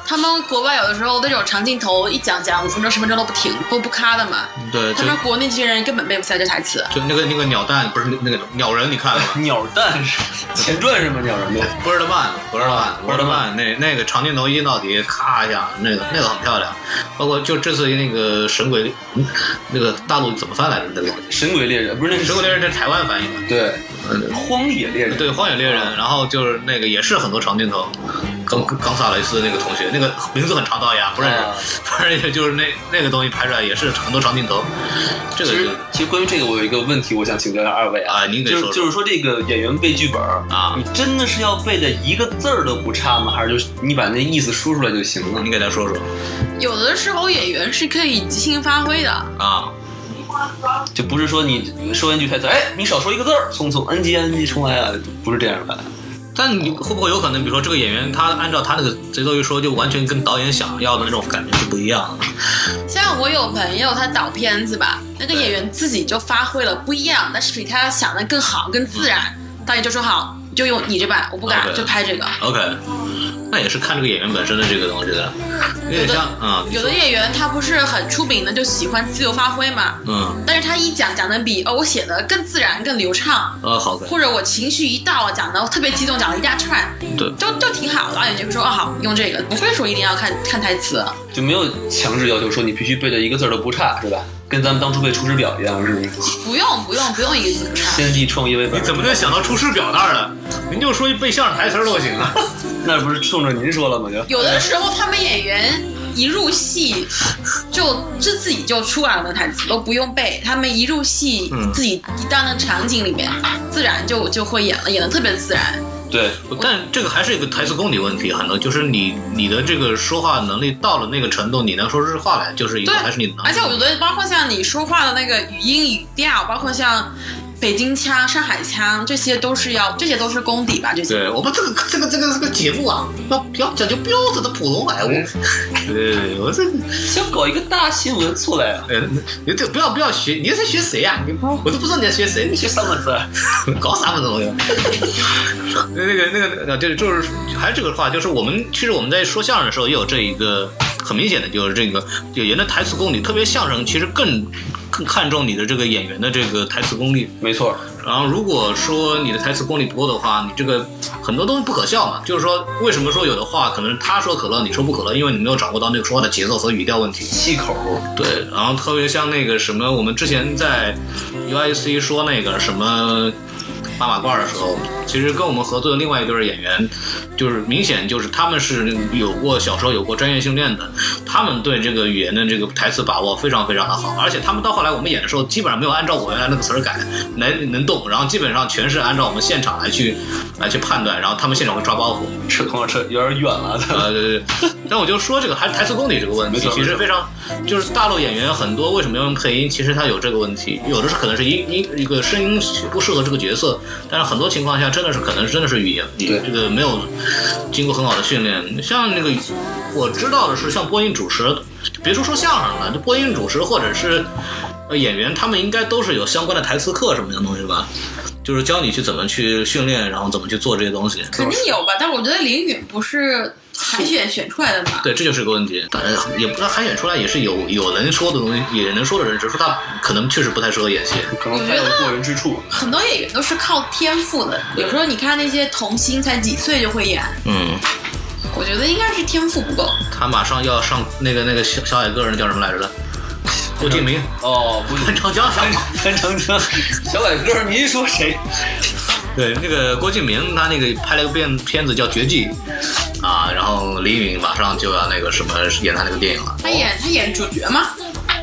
[SPEAKER 3] 他们国外有的时候那种长镜头一讲讲五分钟十分钟都不停不不咔的嘛，
[SPEAKER 1] 对，
[SPEAKER 3] 他
[SPEAKER 1] 就
[SPEAKER 3] 们国内这些人根本背不下这台词。
[SPEAKER 1] 就那个那个鸟蛋不是那个鸟人，你看了吗？
[SPEAKER 2] 鸟蛋是前传是吗？鸟人的
[SPEAKER 1] 波尔德曼，波尔德曼，
[SPEAKER 2] 波
[SPEAKER 1] 波尔
[SPEAKER 2] 尔德
[SPEAKER 1] 德
[SPEAKER 2] 曼
[SPEAKER 1] 曼，那那个长镜头一到底，咔一下，那个那个很漂亮。包括就这次那个神鬼，嗯那个大陆怎么翻来着？那个
[SPEAKER 2] 神鬼猎人不是那
[SPEAKER 1] 神鬼猎人是台湾翻译的，
[SPEAKER 2] 对
[SPEAKER 1] 嗯
[SPEAKER 2] 荒野猎人
[SPEAKER 1] 对，荒野猎人。然后就是那个也是很多长镜头，冈冈萨雷斯那个同学，那个名字很长道呀，不认识
[SPEAKER 2] 啊，
[SPEAKER 1] 反正也就是那那个东西拍出来也是很多长镜头。这个
[SPEAKER 2] 其实
[SPEAKER 1] 是，
[SPEAKER 2] 其实关于这个，我有一个问题，我想请教一下二位啊，
[SPEAKER 1] 啊您给
[SPEAKER 2] 就是
[SPEAKER 1] 说说
[SPEAKER 2] 就是说这个演员背剧本儿
[SPEAKER 1] 啊
[SPEAKER 2] 你真的是要背的一个字儿都不差吗？还是就是你把那意思说出来就行了
[SPEAKER 1] 你？给他说说
[SPEAKER 3] 有的时候演员是可以即兴发挥的，
[SPEAKER 1] 啊，
[SPEAKER 2] 就不是说你说完句台词，哎，你少说一个字儿，从从 NG NG 重来啊，不是这样吧？
[SPEAKER 1] 但你会不会有可能，比如说这个演员他按照他那个节奏一说，就完全跟导演想要的那种感觉是不一样的？
[SPEAKER 3] 像我有朋友，他导片子吧，那个演员自己就发挥了不一样，但是比他想的更好、更自然。导演就说好，你就用你这版，我不敢
[SPEAKER 1] OK
[SPEAKER 3] 就拍这个。
[SPEAKER 1] OK，那也是看这个演员本身的这个东西的，有点像啊，
[SPEAKER 3] 有的演员他不是很出名的，就喜欢自由发挥嘛，
[SPEAKER 1] 嗯
[SPEAKER 3] 但是他一讲讲的比哦我写的更自然、更流畅，
[SPEAKER 1] 呃好看，
[SPEAKER 3] 或者我情绪一到讲的特别激动，讲了一大串，
[SPEAKER 1] 对
[SPEAKER 3] 都都挺好。导演就会说哦好，用这个，不会说一定要看看台词。
[SPEAKER 2] 就没有强制要求说你必须背的一个字儿都不差，是吧？跟咱们当初背《出师表》一样，是不是？
[SPEAKER 3] 不用不用不用一个字不差，
[SPEAKER 2] 先立创业为本，
[SPEAKER 1] 怎么就想到出师表那儿了？您就说一背相声台词儿都行啊。
[SPEAKER 2] 那不是冲着您说了吗？就
[SPEAKER 3] 有的时候他们演员一入戏，就这自己就出来了台词，都不用背。他们一入戏，
[SPEAKER 1] 嗯
[SPEAKER 3] 自己一到那场景里面，自然就就会演了，演的特别自然。
[SPEAKER 2] 对，
[SPEAKER 1] 但这个还是一个台词功底问题，很多就是你你的这个说话能力到了那个程度，你能说出话来，就是一个
[SPEAKER 3] 对
[SPEAKER 1] 还是你能。
[SPEAKER 3] 而且我觉得，包括像你说话的那个语音语调，包括像北京腔、上海腔，这些都是要，这些都是功底吧？这些。
[SPEAKER 1] 对我们这个这个这个这个节目啊，要要讲究标准的普通话。我，对， 我这个
[SPEAKER 2] 想搞一个大新闻出来啊，
[SPEAKER 1] 呃，你这不要不要学，你在学谁啊呀、你我都不知道你在学谁，你
[SPEAKER 2] 就三个字儿。
[SPEAKER 1] 搞啥嘛东西？ 那个那个，对，就是还是这个话，就是我们其实我们在说相声的时候也有这一个很明显的，就是这个演员的台词功底，特别相声其实更更看重你的这个演员的这个台词功力。
[SPEAKER 2] 没错，
[SPEAKER 1] 然后如果说你的台词功力不够的话，你这个很多东西不可笑嘛。就是说，为什么说有的话可能他说可乐，你说不可乐，因为你没有掌握到那个说话的节奏和语调问题。
[SPEAKER 2] 气口
[SPEAKER 1] 对，然后特别像那个什么，我们之前在 UIC 说那个什么八马褂的时候，其实跟我们合作的另外一对儿演员，就是明显就是他们是有过小时候有过专业训练的，他们对这个语言的这个台词把握非常非常的好，而且他们到后来我们演的时候，基本上没有按照我原来那个词儿改来能动，然后基本上全是按照我们现场来去来去判断，然后他们现场会抓包袱。
[SPEAKER 2] 扯空扯有点远了，
[SPEAKER 1] 呃，对对对，但我就说这个还是台词功底这个问
[SPEAKER 2] 没
[SPEAKER 1] 题
[SPEAKER 2] 错，
[SPEAKER 1] 其实非常就是大陆演员很多为什么要用配音，其实他有这个问题，有的是可能是一一一个声音不适合这个角色，但是很多情况下真的是可能真的是语言
[SPEAKER 2] 对
[SPEAKER 1] 这个没有经过很好的训练，像那个我知道的是，像播音主持，别说说相声了，就播音主持或者是呃演员，他们应该都是有相关的台词课什么的东西吧。就是教你去怎么去训练，然后怎么去做这些东西。
[SPEAKER 3] 肯定有吧，但是我觉得林允不是海选选出来的嘛，
[SPEAKER 1] 对，这就是个问题。但也不知道海选出来也是有有能说的东西，也能说的人，只是说他可能确实不太适合演戏。
[SPEAKER 2] 可能还有过人之处。
[SPEAKER 3] 很多演员都是靠天赋的。有时候你看那些童星才几岁就会演，
[SPEAKER 1] 嗯，
[SPEAKER 3] 我觉得应该是天赋不够。
[SPEAKER 1] 他马上要上那个那个小小矮个儿，那叫什么来着的？郭敬明、
[SPEAKER 2] 哦，不
[SPEAKER 1] 潘
[SPEAKER 2] 是，
[SPEAKER 1] 长江。
[SPEAKER 2] 潘长江，小矮个儿，您说谁？
[SPEAKER 1] 对，那个郭敬明他那个拍了个片片子叫《绝技》，啊，然后李允马上就要那个什么演他那个电影了。
[SPEAKER 3] 他演他演主角吗？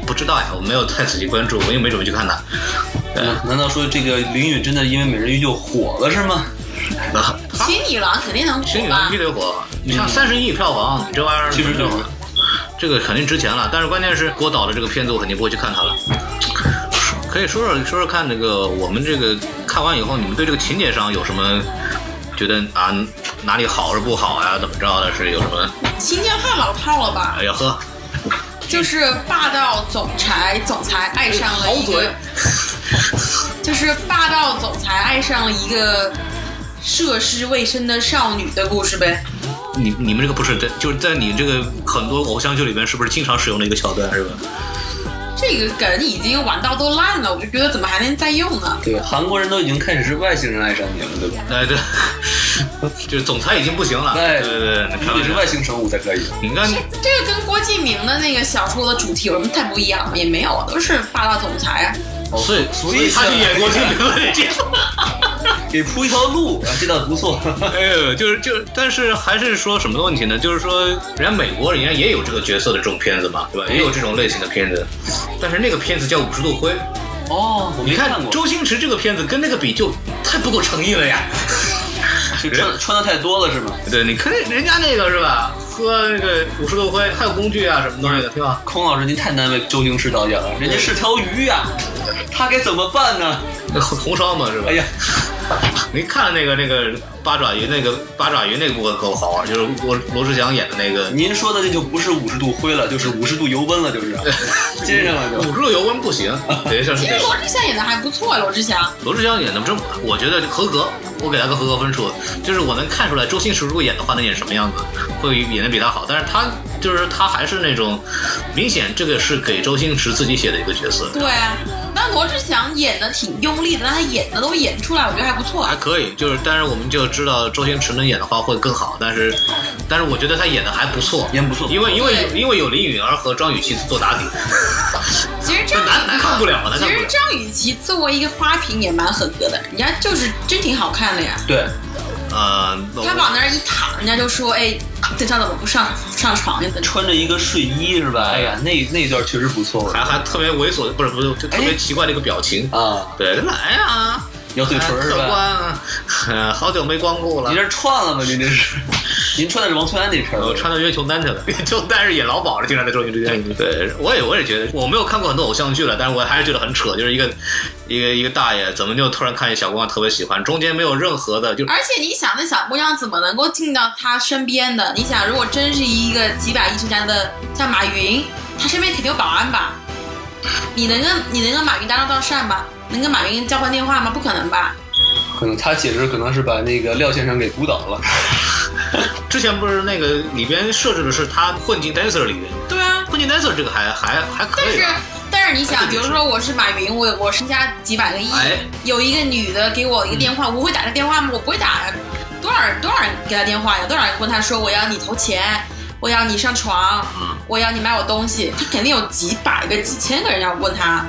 [SPEAKER 1] 不知道呀，我没有太仔细关注，我也没怎么去看他。
[SPEAKER 2] 难道说这个林允真的因为美人鱼就火了是吗？
[SPEAKER 1] 那
[SPEAKER 3] 新女郎肯定能
[SPEAKER 1] 新
[SPEAKER 3] 火
[SPEAKER 1] 女郎
[SPEAKER 3] 吧
[SPEAKER 1] 必？须得火，你像三十亿票
[SPEAKER 2] 嗯
[SPEAKER 1] 房，你这玩意儿嗯
[SPEAKER 2] 其实就是
[SPEAKER 1] 这个肯定值钱了，但是关键是郭导的这个片子，我肯定不会去看它了。可以说说说说看，这个我们这个看完以后，你们对这个情节上有什么觉得啊哪里好是不好呀、怎么着的？是有什么？
[SPEAKER 3] 新疆太老套了吧？
[SPEAKER 1] 哎呀呵，
[SPEAKER 3] 就是霸道总裁，总裁爱上了一个，就是霸道总裁爱上了一个涉世未深的少女的故事呗。
[SPEAKER 1] 你你们这个不是在就是在你这个很多偶像剧里面是不是经常使用的一个桥段是吧？
[SPEAKER 3] 这个梗已经玩到都烂了，我就觉得怎么还能再用呢？
[SPEAKER 2] 对，韩国人都已经开始是外星人爱上你了，对吧？
[SPEAKER 1] 哎对， 就是总裁已经不行了，
[SPEAKER 2] 哎
[SPEAKER 1] 对对对，你
[SPEAKER 2] 你
[SPEAKER 1] 开玩
[SPEAKER 2] 得是
[SPEAKER 1] 笑
[SPEAKER 2] 外星生物才可以。
[SPEAKER 1] 你看
[SPEAKER 3] 这这个跟郭敬明的那个小说的主题有什么太不一样吗？也没有，都是霸道总裁啊。
[SPEAKER 2] 哦
[SPEAKER 1] 所以
[SPEAKER 2] 所
[SPEAKER 1] 所以
[SPEAKER 2] 以
[SPEAKER 1] 他去演郭敬明了， 这
[SPEAKER 2] 给铺一条路，啊这倒不错。
[SPEAKER 1] 哎呦，就是就是，但是还是说什么问题呢？就是说，人家美国人家也有这个角色的这种片子嘛，对吧？也有这种类型的片子，但是那个片子叫《五十度灰》，
[SPEAKER 2] 哦，我
[SPEAKER 1] 你
[SPEAKER 2] 没
[SPEAKER 1] 看
[SPEAKER 2] 过，
[SPEAKER 1] 周星驰这个片子跟那个比就太不够诚意了呀。
[SPEAKER 2] 是穿穿的太多了是吗？
[SPEAKER 1] 对，你看人家那个是吧？喝那个五十度灰，还有工具啊什么东西的，挺好。
[SPEAKER 2] 孔老师，您太难为周星驰导演了，人家是条鱼呀、他该怎么办呢？
[SPEAKER 1] 那红红烧嘛是吧
[SPEAKER 2] 哎？呀，
[SPEAKER 1] 你看那个那个八爪鱼那个八爪鱼那部分可好玩，就是罗罗志祥演的那个。
[SPEAKER 2] 您说的这就不是五十度灰了，就是五十度油温了，就是接上了
[SPEAKER 1] 五
[SPEAKER 2] 就。
[SPEAKER 1] 十度油温不 行，得像是
[SPEAKER 3] 其
[SPEAKER 1] 得
[SPEAKER 3] 实罗志祥演的还不错，罗志祥。
[SPEAKER 1] 罗志祥演的真，我觉得合格，我给他个合格分数，就是我能看出来周星驰如果演的话能演什么样子，会演的比他好，但是他就是他还是那种，明显这个是给周星驰自己写的一个角色，
[SPEAKER 3] 对啊，但罗志祥演的挺用力的，但他演的都演出来，我觉得还不错
[SPEAKER 1] 还
[SPEAKER 3] 啊。
[SPEAKER 1] 可以，就是但是我们就知道周星驰能演的话会更好，但是但是我觉得他演的还不错，
[SPEAKER 2] 演不错
[SPEAKER 1] 因为因为
[SPEAKER 3] 对
[SPEAKER 1] 因为有林允儿和张雨绮做打底，
[SPEAKER 3] 其实张
[SPEAKER 1] 难难看不了，难
[SPEAKER 3] 其
[SPEAKER 1] 看不
[SPEAKER 3] 实
[SPEAKER 1] 了。
[SPEAKER 3] 张雨绮作为一个花瓶也蛮合格的，人家就是真挺好看的呀。
[SPEAKER 2] 对，
[SPEAKER 1] 呃，那
[SPEAKER 3] 她
[SPEAKER 1] 我
[SPEAKER 3] 往那儿一躺，人家就说：“哎，这上怎么不上上床去？”
[SPEAKER 2] 穿着一个睡衣是吧？哎呀，那那段确实不错
[SPEAKER 1] 还还特别猥琐，不是不是，就特别
[SPEAKER 2] 哎
[SPEAKER 1] 奇怪的一个表情，
[SPEAKER 3] 哦
[SPEAKER 2] 啊，
[SPEAKER 1] 对，来呀、
[SPEAKER 2] 咬嘴唇
[SPEAKER 1] 哎
[SPEAKER 2] 是
[SPEAKER 1] 客
[SPEAKER 2] 吧？
[SPEAKER 1] 官啊，呃 好久没光顾了
[SPEAKER 2] 您。这串了吗？您这是？您穿的是王翠安那片儿
[SPEAKER 1] 我
[SPEAKER 2] 吧？
[SPEAKER 1] 穿到约琼丹去 了，约琼丹是演老鸨了，经常在周星驰电影里。对，我也我也觉得，我没有看过很多偶像剧了，但是我还是觉得很扯，就是一个一个一个大爷怎么就突然看见小姑娘特别喜欢，中间没有任何的就
[SPEAKER 3] 而且你想，那小姑娘怎么能够进到他身边的？你想，如果真是一个几百亿身家的，像马云，他身边肯定有保安吧？你能跟你能跟马云搭档到讪吧？能跟马云交换电话吗？不可能吧？
[SPEAKER 2] 可能他解释可能是把那个廖先生给鼓倒了。
[SPEAKER 1] 之前不是那个里边设置的是他混进 dancer 里边，
[SPEAKER 3] 对啊，
[SPEAKER 1] 混进 dancer 这个还还还可
[SPEAKER 3] 但
[SPEAKER 1] 以啊
[SPEAKER 3] 是
[SPEAKER 1] 吧。
[SPEAKER 3] 但是你
[SPEAKER 1] 还
[SPEAKER 3] 想，
[SPEAKER 1] 是
[SPEAKER 3] 比如说我是马云，我我身家几百个亿，
[SPEAKER 1] 哎
[SPEAKER 3] 有一个女的给我一个电话，我会打她电话吗？我不会打呀。多少人多少人给她电话呀？多少人问她说我要你投钱，我要你上床，
[SPEAKER 1] 嗯
[SPEAKER 3] 我要你买我东西，她肯定有几百个、几千个人要问她。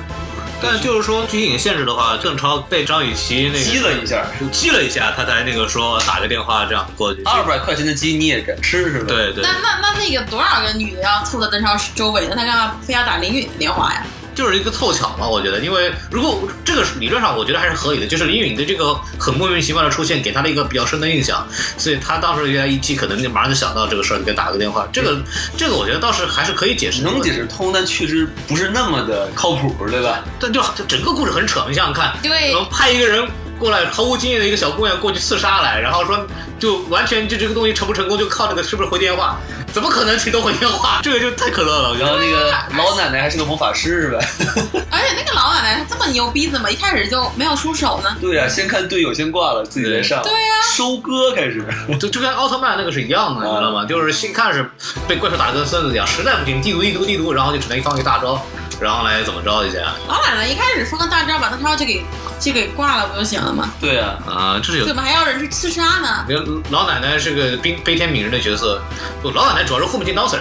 [SPEAKER 1] 但就是说剧情限制的话，邓超被张雨绮那个
[SPEAKER 2] 激了一下，
[SPEAKER 1] 激了一下，他才那个说打个电话这样过去。
[SPEAKER 2] 二百块钱的鸡你也敢吃是吧？，
[SPEAKER 1] 对对，
[SPEAKER 3] 那那那那个多少个女的要凑到邓超周围，那她干嘛非要打林允的电话呀？
[SPEAKER 1] 就是一个凑巧嘛，我觉得，因为如果这个是理论上我觉得还是合理的，就是林允的这个很莫名其妙的出现，给他了一个比较深的印象，所以他当时原来一激，可能就马上就想到这个事儿，就给他打了个电话，这个这个我觉得倒是还是可以解释，
[SPEAKER 2] 能解，释通，但确实不是那么的靠谱，对吧？
[SPEAKER 1] 但就就整个故事很扯，你想想看，
[SPEAKER 3] 对
[SPEAKER 1] 然后派一个人过来毫无经验的一个小姑娘过去刺杀来，然后说就完全就这个东西成不成功就靠这个是不是回电话，怎么可能谁都回电话，这个就太可乐了，我觉
[SPEAKER 2] 然
[SPEAKER 1] 得。
[SPEAKER 2] 后那个老奶奶还是个魔法师是吧？
[SPEAKER 3] 而且那个老奶奶她这么牛逼，怎么一开始就没有出手呢？
[SPEAKER 2] 对呀、啊先看队友先挂了，自己再上。
[SPEAKER 3] 对啊呀
[SPEAKER 2] 收割开始。
[SPEAKER 1] 就就跟奥特曼那个是一样的，你知道吗？就是先看是被怪兽打得跟孙子一样，实在不行，地图地图地图，然后就只能放一个大招，然后来怎么着一下啊
[SPEAKER 3] 老奶奶一开始放个大招把邓超就给就给挂了不就行了吗？
[SPEAKER 2] 对呀、
[SPEAKER 1] 啊，这是有。
[SPEAKER 3] 怎么还要人去刺杀呢？
[SPEAKER 1] 老奶奶是个悲悲天悯人的角色，不，老奶奶主要是混不进 dancer，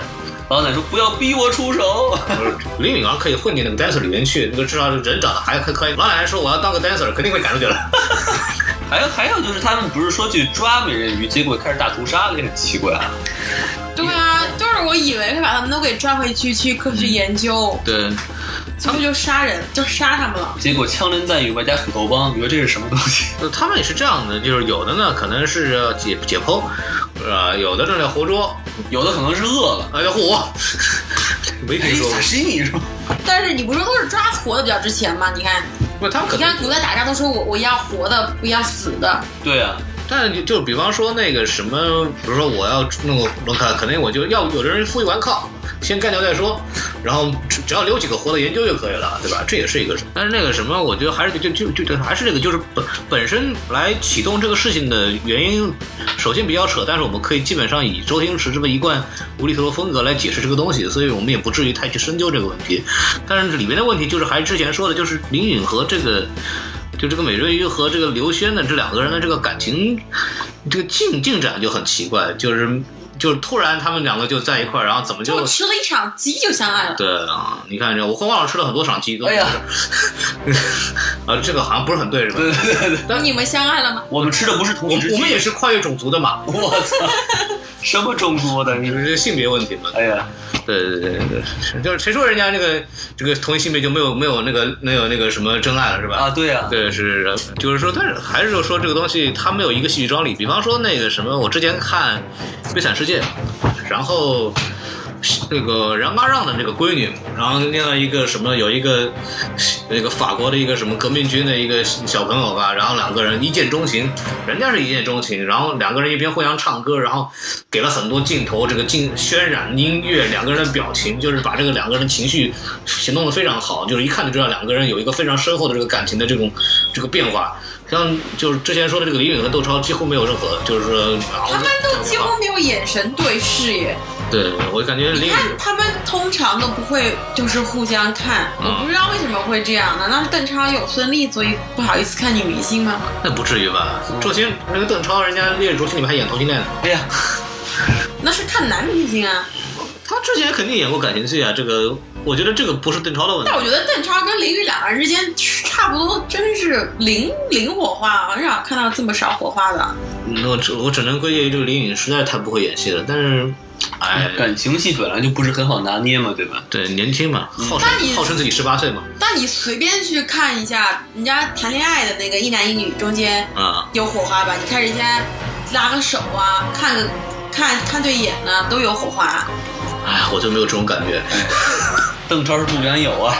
[SPEAKER 2] 老奶奶说不要逼我出手。
[SPEAKER 1] 林允儿可以混进那个 dancer 里面去，那个至少人长得还还可以。老奶奶说我要当个 dancer，肯定会赶出去了。
[SPEAKER 2] 还有还有就是他们不是说去抓美人鱼，结果开始大屠杀了，也很奇怪啊。
[SPEAKER 3] 对啊，就是我以为会把他们都给抓回去去科学研究，
[SPEAKER 1] 对，嗯
[SPEAKER 3] 结果就杀人，就杀他们了。
[SPEAKER 2] 结果枪林弹雨外加斧头帮，你说这是什么东西？
[SPEAKER 1] 呃他们也是这样的，就是有的呢可能是解解剖，呃，有的正在活捉，
[SPEAKER 2] 有的可能是饿了。
[SPEAKER 1] 哎呀嚯， 没听
[SPEAKER 2] 哎，
[SPEAKER 1] 说过
[SPEAKER 2] 萨。西米是吧？
[SPEAKER 3] 但是你不是都是抓活的比较值钱吗？你看，
[SPEAKER 1] 不，他们可
[SPEAKER 3] 你
[SPEAKER 1] 能
[SPEAKER 3] 看古代打架都说我我要活的，不要死的，
[SPEAKER 2] 对啊，
[SPEAKER 1] 但就就比方说那个什么，比如说我要弄个龙卡，肯定我就要不有的人负隅顽抗，先干掉再说，然后只只要留几个活的研究就可以了，对吧？这也是一个。但是那个什么，我觉得还是就就就就还是这个，就是本本身来启动这个事情的原因，首先比较扯，但是我们可以基本上以周星驰这么一贯无厘头的风格来解释这个东西，所以我们也不至于太去深究这个问题。但是里面的问题就是还是之前说的，就是林允和这个。就这个美人鱼和这个刘轩的这两个人的这个感情，这个进进展就很奇怪，就是就是突然他们两个就在一块儿，然后怎么就
[SPEAKER 3] 就吃了一场鸡就相爱了。
[SPEAKER 1] 对啊？你看这我和王老师吃了很多场鸡， 都
[SPEAKER 2] 哎呀，
[SPEAKER 1] 啊，这个好像不是很对，是吧？
[SPEAKER 2] 对对对对，
[SPEAKER 3] 那你们相爱了吗？
[SPEAKER 2] 我们吃的不是同
[SPEAKER 1] 我
[SPEAKER 2] 一只
[SPEAKER 1] 们我们也是跨越种族的嘛，
[SPEAKER 2] 我 操，什么中国的？你
[SPEAKER 1] 这
[SPEAKER 2] 说，
[SPEAKER 1] 是性别问题嘛？
[SPEAKER 2] 哎呀，
[SPEAKER 1] 对对对对对，就是谁说人家那个这个同一性别就没有没有那个没有那个什么真爱了，是吧？
[SPEAKER 2] 啊，对呀，
[SPEAKER 1] 对，是是是，就是说，但是还是就说这个东西它没有一个戏剧张力。比方说那个什么，我之前看《悲惨世界》，然后那个冉嘎让的那个闺女，然后念到一个什么，有一个那个法国的一个什么革命军的一个小朋友吧，然后两个人一见钟情，人家是一见钟情，然后两个人一边互相唱歌，然后给了很多镜头，这个镜渲染音乐，两个人的表情，就是把这个两个人的情绪形容的非常好，就是一看就知道两个人有一个非常深厚的这个感情的这种这个变化。像就是之前说的这个李允和窦超几乎没有任何，就是说
[SPEAKER 3] 他
[SPEAKER 1] 他
[SPEAKER 3] 们都几乎没有眼神对视耶。
[SPEAKER 1] 对我感觉李
[SPEAKER 3] 你
[SPEAKER 1] 允
[SPEAKER 3] 看，他们通常都不会就是互相看，
[SPEAKER 1] 嗯
[SPEAKER 3] 我不知道为什么会这样。难道是邓超有孙俪，所以不好意思看女明星吗？
[SPEAKER 1] 那不至于吧？周星那个邓超，人家《烈日灼心》里面还演同性恋呢。
[SPEAKER 2] 哎呀，
[SPEAKER 3] 那是看男明星啊。
[SPEAKER 1] 他之前肯定演过感情戏啊，这个我觉得这个不是邓超的问题
[SPEAKER 3] 但。我觉得邓超跟林允两个人之间 差不多，真是零零火花，很少看到这么少火花的。
[SPEAKER 1] 那我只我只能归结于这个林允实在太不会演戏了。但是，哎，
[SPEAKER 2] 感情戏本来就不是很好拿捏嘛，对吧？
[SPEAKER 1] 对年轻嘛，号称
[SPEAKER 3] 那你
[SPEAKER 1] 号称自己十八岁嘛，
[SPEAKER 3] 但你随便去看一下人家谈恋爱的那个一男一女中间
[SPEAKER 1] 啊、
[SPEAKER 3] 有火花吧？你看人家拉个手啊，看个看看对眼呢、都有火花。
[SPEAKER 1] 哎，我就没有这种感觉。
[SPEAKER 2] 邓超是不敢有啊，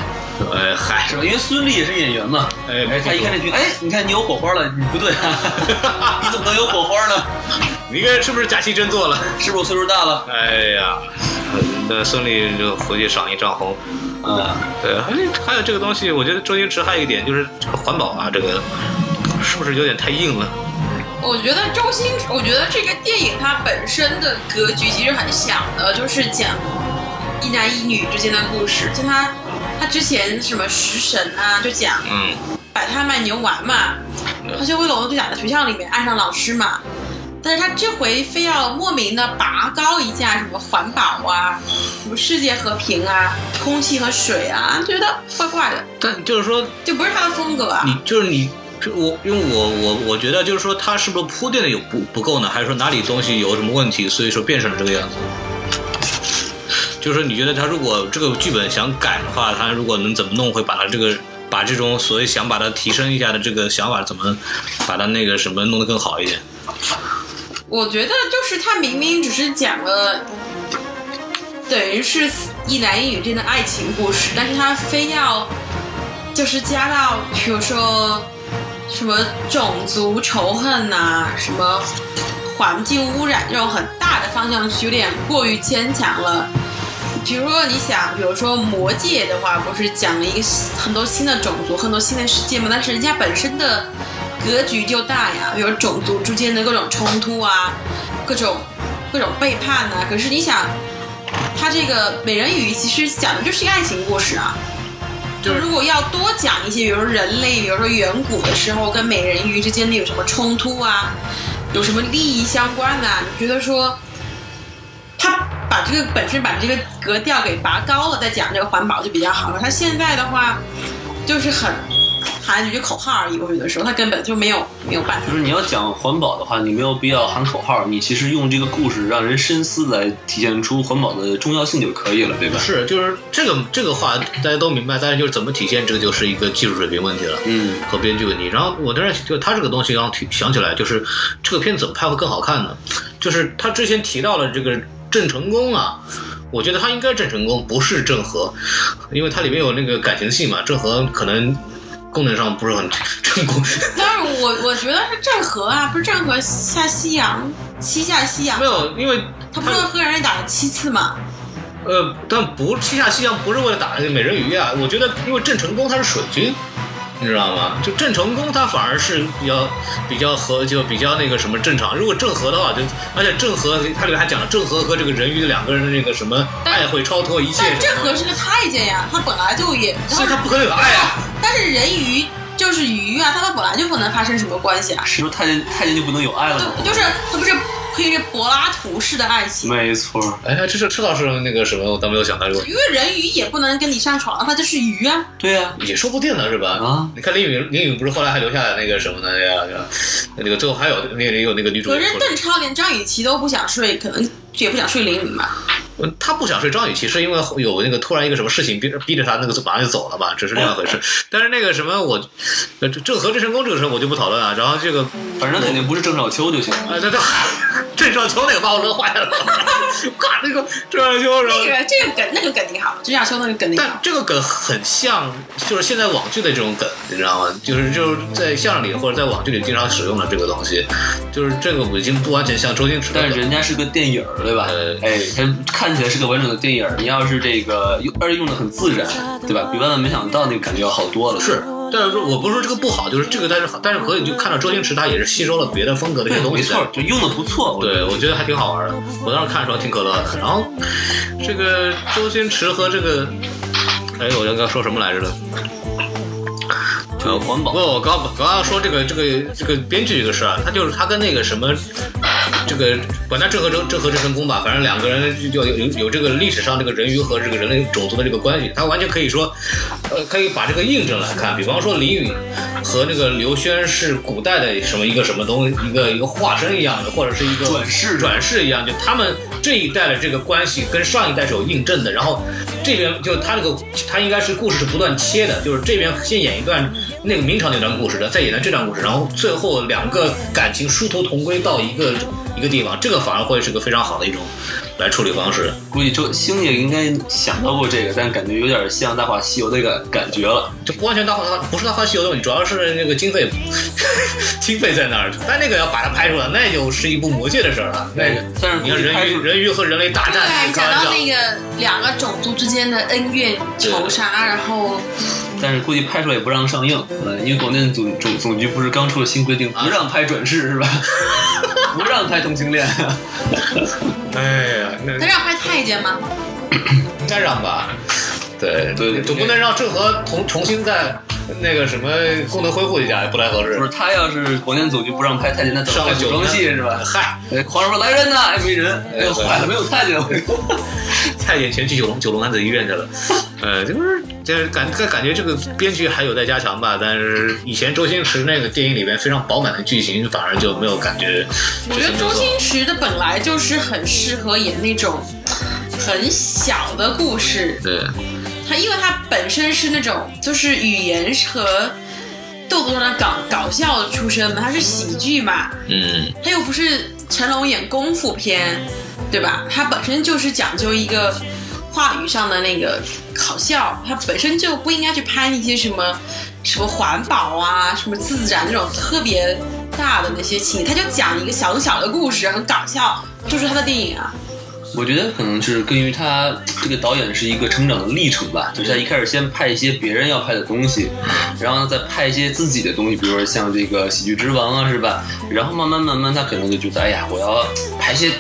[SPEAKER 1] 哎嗨，
[SPEAKER 2] 是吧？因为孙俪也是演员嘛，
[SPEAKER 1] 哎没
[SPEAKER 2] 哎，他一看这剧，哎，你看你有火花了，你不对 啊，你怎么能有火花呢？
[SPEAKER 1] 你这是不是假戏真做了？
[SPEAKER 2] 是不是我岁数大了？
[SPEAKER 1] 哎呀，那孙俪就回去赏一丈红。
[SPEAKER 2] 啊，
[SPEAKER 1] 对，还有还有这个东西，我觉得周星驰还有一点就是这个环保啊，这个是不是有点太硬了？
[SPEAKER 3] 我觉得周星，我觉得这个电影它本身的格局其实很小的，就是讲一男一女之间的故事。就他，他之前什么食神啊，就讲
[SPEAKER 1] 嗯，
[SPEAKER 3] 摆摊卖牛丸嘛，他就为了我们就打在学校里面爱上老师嘛。但是他这回非要莫名的拔高一下什么环保啊，什么世界和平啊，空气和水啊，觉得怪怪的，
[SPEAKER 1] 但就是说
[SPEAKER 3] 就不是他的风格啊。
[SPEAKER 1] 你就是你，就我因为我我我觉得就是说他是不是铺垫的有不不够呢，还是说哪里东西有什么问题，所以说变成了这个样子？就是说你觉得他如果这个剧本想改的话，他如果能怎么弄，会把他这个把这种所谓想把它提升一下的这个想法，怎么把它那个什么弄得更好一点？
[SPEAKER 3] 我觉得就是他明明只是讲了，等于是一男一女之间的爱情故事，但是他非要就是加到，比如说什么种族仇恨呐、什么环境污染这种很大的方向去，有点过于牵强了。比如说，你想，比如说《魔戒》的话，不是讲了一个很多新的种族、很多新的世界嘛？但是人家本身的格局就大呀，比如种族之间的各种冲突啊，各种各种背叛呐、可是你想，他这个美人鱼其实讲的就是一个爱情故事啊。就如果要多讲一些，比如说人类，比如说远古的时候跟美人鱼之间的有什么冲突啊，有什么利益相关的、啊，你觉得说他把这个本身把这个格调给拔高了，再讲这个环保就比较好了。他现在的话就是很喊几句口号而已，我有的时候他根本就没有没有办法
[SPEAKER 2] 就。是你要讲环保的话，你没有必要喊口号，你其实用这个故事让人深思来体现出环保的重要性就可以了，对吧？
[SPEAKER 1] 是，就是这个这个话大家都明白，但是就是怎么体现，这个就是一个技术水平问题了。
[SPEAKER 2] 嗯，
[SPEAKER 1] 和编剧问题。然后我当然就他这个东西让提想起来，就是这个片子怎么拍会更好看呢？就是他之前提到了这个郑成功啊。我觉得他应该郑成功，不是郑和，因为它里面有那个感情戏嘛。郑和可能功能上不是很成功。
[SPEAKER 3] 但是我我觉得是郑和啊，不是郑和下西洋，西下西洋
[SPEAKER 1] 没，有，因为
[SPEAKER 3] 他不是和人类打了七次吗？
[SPEAKER 1] 呃，但不西夏西洋不是为了打那个美人鱼啊，我觉得因为郑成功他是水军。你知道吗？就郑成功他反而是比较比较和就比较那个什么正常。如果郑和的话，就而且郑和他里面还讲了郑和和这个人鱼两个人的那个什么
[SPEAKER 3] 但
[SPEAKER 1] 爱会超脱一切
[SPEAKER 3] 但是
[SPEAKER 1] 什
[SPEAKER 3] 郑
[SPEAKER 1] 么
[SPEAKER 3] 和是个太监呀，他本来就也，
[SPEAKER 1] 所以他不可能有爱啊。
[SPEAKER 3] 但是人鱼就是鱼啊，他们本来就不能发生什么关系啊，
[SPEAKER 2] 是不是太监太监就不能有爱
[SPEAKER 1] 啊
[SPEAKER 2] 了
[SPEAKER 3] 就
[SPEAKER 2] 吗？
[SPEAKER 3] 就是他不是可以是柏拉图式的爱情。
[SPEAKER 2] 没错，
[SPEAKER 1] 哎呀，这是这倒是那个什么，我倒没有想到这个问题，
[SPEAKER 3] 因为人鱼也不能跟你上床，它就是鱼啊。
[SPEAKER 2] 对呀、
[SPEAKER 1] 也说不定呢，是吧？
[SPEAKER 2] 啊
[SPEAKER 1] 你看林允，林允不是后来还留下了那个什么呢？那个那个最后还有那个有那个女主
[SPEAKER 3] 可
[SPEAKER 1] 人
[SPEAKER 3] 是
[SPEAKER 1] 出来
[SPEAKER 3] 邓超连张雨绮都不想睡，可能也不想睡林允吧。
[SPEAKER 1] 嗯，他不想睡张雨绮，是因为有那个突然一个什么事情逼逼着他那个马上就走了吧，这是另外一回 事。但是那个什么我，呃，这郑和郑成功这个事儿我就不讨论啊。然后这个，
[SPEAKER 2] 反正肯定不是郑少秋就行
[SPEAKER 1] 啊，
[SPEAKER 2] 了。
[SPEAKER 1] 这这郑少秋那个把我乐坏了，嘎那个郑少秋，然后
[SPEAKER 3] 这。个这个梗那个梗挺好，只想说那个梗挺
[SPEAKER 1] 但
[SPEAKER 3] 好。
[SPEAKER 1] 这个梗很像，就是现在网剧的这种梗，你知道吗？就是就是在相声里或者在网剧里经常使用的这个东西，就是这个已经不完全像周星驰的
[SPEAKER 2] 但
[SPEAKER 1] 梗
[SPEAKER 2] 是人家是个电影儿，对吧
[SPEAKER 1] 呃？
[SPEAKER 2] 哎，它看起来是个完整的电影儿。你要是这个用，而且用的很自然，对吧？比万万没想到那个感觉要好多了。
[SPEAKER 1] 是，但是说我不是说这个不好，就是这个，但是好，但是可以就看到周星驰他也是吸收了别的风格的一
[SPEAKER 2] 对
[SPEAKER 1] 些，东
[SPEAKER 2] 没
[SPEAKER 1] 西在
[SPEAKER 2] 错，就用的不错。
[SPEAKER 1] 对，我觉得还挺好玩的。我当时看的时候挺可乐的。然后这个周星驰和这个，哎，我刚刚说什么来着了？
[SPEAKER 2] 就环
[SPEAKER 1] 不，
[SPEAKER 2] 保。
[SPEAKER 1] 我刚刚刚说这个这个这个编剧这个事儿，他就是他跟那个什么，这个管他郑和郑郑和郑成功吧，反正两个人就有有有这个历史上这个人鱼和这个人类种族的这个关系，他完全可以说，呃，可以把这个印证来看。比方说李允和那个刘轩是古代的什么一个什么东西，一个一个化身一样的，或者是一个
[SPEAKER 2] 转世
[SPEAKER 1] 转世一样，就他们这一代的这个关系跟上一代是有印证的。然后这边就他那个他应该是故事是不断切的，就是这边先演一段那个明朝那段故事的，再演段这段故事，然后最后两个感情殊途同归到一个一个地方，这个反而会是个非常好的一种来处理方式。
[SPEAKER 2] 估计周星爷应该想到过这个，但感觉有点像《大话西游》那个感觉了。
[SPEAKER 1] 这不完全大话他不是大话西游的问题，主要是那个经费经费在那儿，但那个要把它拍出来，那就是一部魔界的事儿了。那个
[SPEAKER 2] 但是
[SPEAKER 1] 你看人鱼人鱼和人类大战，开
[SPEAKER 3] 对，讲
[SPEAKER 1] 玩笑
[SPEAKER 3] 到。那个两个种族之间的恩怨仇杀，然后
[SPEAKER 2] 但是估计拍出来也不让上映，呃，因为广电总总总局不是刚出了新规
[SPEAKER 1] 啊
[SPEAKER 2] 定，不让拍转世 是吧？不让拍同性恋，
[SPEAKER 1] 哎呀，那
[SPEAKER 3] 他让拍太监吗？
[SPEAKER 1] 应该让吧？对
[SPEAKER 2] 对对
[SPEAKER 1] 总不能让郑和重重新再那个什么功能恢复一下，不太合
[SPEAKER 2] 不
[SPEAKER 1] 适
[SPEAKER 2] 是。他要是广电总局不让拍太监，那怎么
[SPEAKER 1] 上了
[SPEAKER 2] 拍
[SPEAKER 1] 九
[SPEAKER 2] 古装
[SPEAKER 1] 呢
[SPEAKER 2] 戏是吧？
[SPEAKER 1] 呃嗨，
[SPEAKER 2] 哎，皇上说来人呐，哎没人，哎呦
[SPEAKER 1] 对
[SPEAKER 2] 坏了，没有太监，
[SPEAKER 1] 太监前去九龙九龙男子医院去 了。呃，就是就是感感感觉这个编剧还有待加强吧，但是以前周星驰那个电影里边非常饱满的剧情，反而就没有感觉。
[SPEAKER 3] 我觉得周星驰的本来就是很适合演那种很小的故事，
[SPEAKER 1] 对
[SPEAKER 3] 他因为他本身是那种就是语言和豆豆的搞搞笑出身嘛，他是喜剧嘛，
[SPEAKER 1] 嗯，
[SPEAKER 3] 他又不是成龙演功夫片，对吧？他本身就是讲究一个话语上的那个搞笑，他本身就不应该去拍那些什么什么环保啊、什么自然这种特别大的那些情节，他就讲一个小小的故事，很搞笑，就是他的电影啊。
[SPEAKER 2] 我觉得可能是根于他这个导演是一个成长的历程吧，就是他一开始先拍一些别人要拍的东西，然后呢再拍一些自己的东西，比如说像这个《喜剧之王》啊，是吧？然后慢慢慢慢，他可能就觉得，哎呀，我要拍一些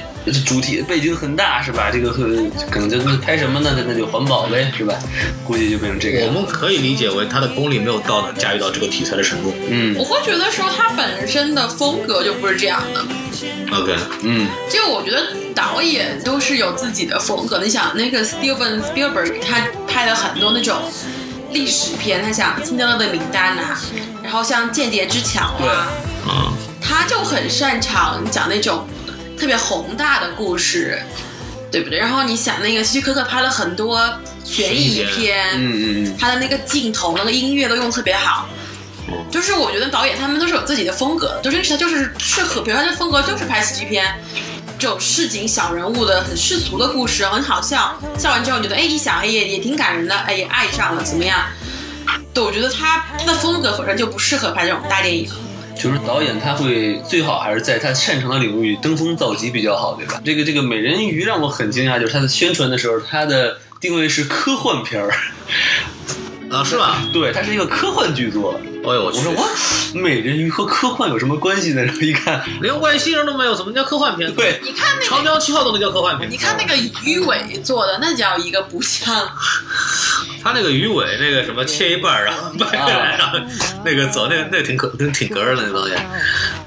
[SPEAKER 2] 主题背景很大，是吧？这个很可能就那拍什么呢？那那就环保呗，是吧？估计就变成这个
[SPEAKER 1] 我
[SPEAKER 2] 样。
[SPEAKER 1] 们可以理解为他的功力没有到能驾驭到这个题材的程度。
[SPEAKER 2] 嗯
[SPEAKER 3] 我会觉得说他本身的风格就不是这样的，
[SPEAKER 1] OK，
[SPEAKER 2] 嗯，
[SPEAKER 3] 就我觉得导演都是有自己的风格。你想，那个 Steven Spielberg 他拍了很多那种历史片，他想《辛德勒的名单》啊，然后像《间谍之桥》啊，
[SPEAKER 1] 嗯，
[SPEAKER 3] 他就很擅长讲那种特别宏大的故事，对不对？然后你想，那个希区柯克拍了很多悬疑
[SPEAKER 1] 悬疑
[SPEAKER 3] 片，
[SPEAKER 2] 嗯嗯嗯，
[SPEAKER 3] 他的那个镜头、那个音乐都用得特别好。就是我觉得导演他们都是有自己的风格的，周星驰他就是适合，比如他的风格就是拍喜剧片，这种市井小人物的很世俗的故事，很好笑，笑完之后你觉得哎一想哎也也挺感人的，哎也爱上了怎么样？对，我觉得他他的风格本身就不适合拍这种大电影。
[SPEAKER 2] 就是导演他会最好还是在他擅长的领域登峰造极比较好，对吧？这个这个美人鱼让我很惊讶，就是他的宣传的时候，他的定位是科幻片儿，
[SPEAKER 1] 啊，是吧？
[SPEAKER 2] 对，它是一个科幻剧作。
[SPEAKER 1] 哎呦我
[SPEAKER 2] 我
[SPEAKER 1] 去
[SPEAKER 2] 说，我美人鱼和科幻有什么关系呢？然后一看，
[SPEAKER 1] 连外星人都没有，怎么叫科幻片？，
[SPEAKER 2] 对，
[SPEAKER 3] 你看那
[SPEAKER 1] 长
[SPEAKER 3] 个，
[SPEAKER 1] 江七号都能叫科幻片。
[SPEAKER 3] 你看那个鱼尾做的那叫一个不像，
[SPEAKER 1] 他那个鱼尾那个什么切一半儿，然后掰下来，然后那个走，那个那个挺可真挺哏儿的那东西。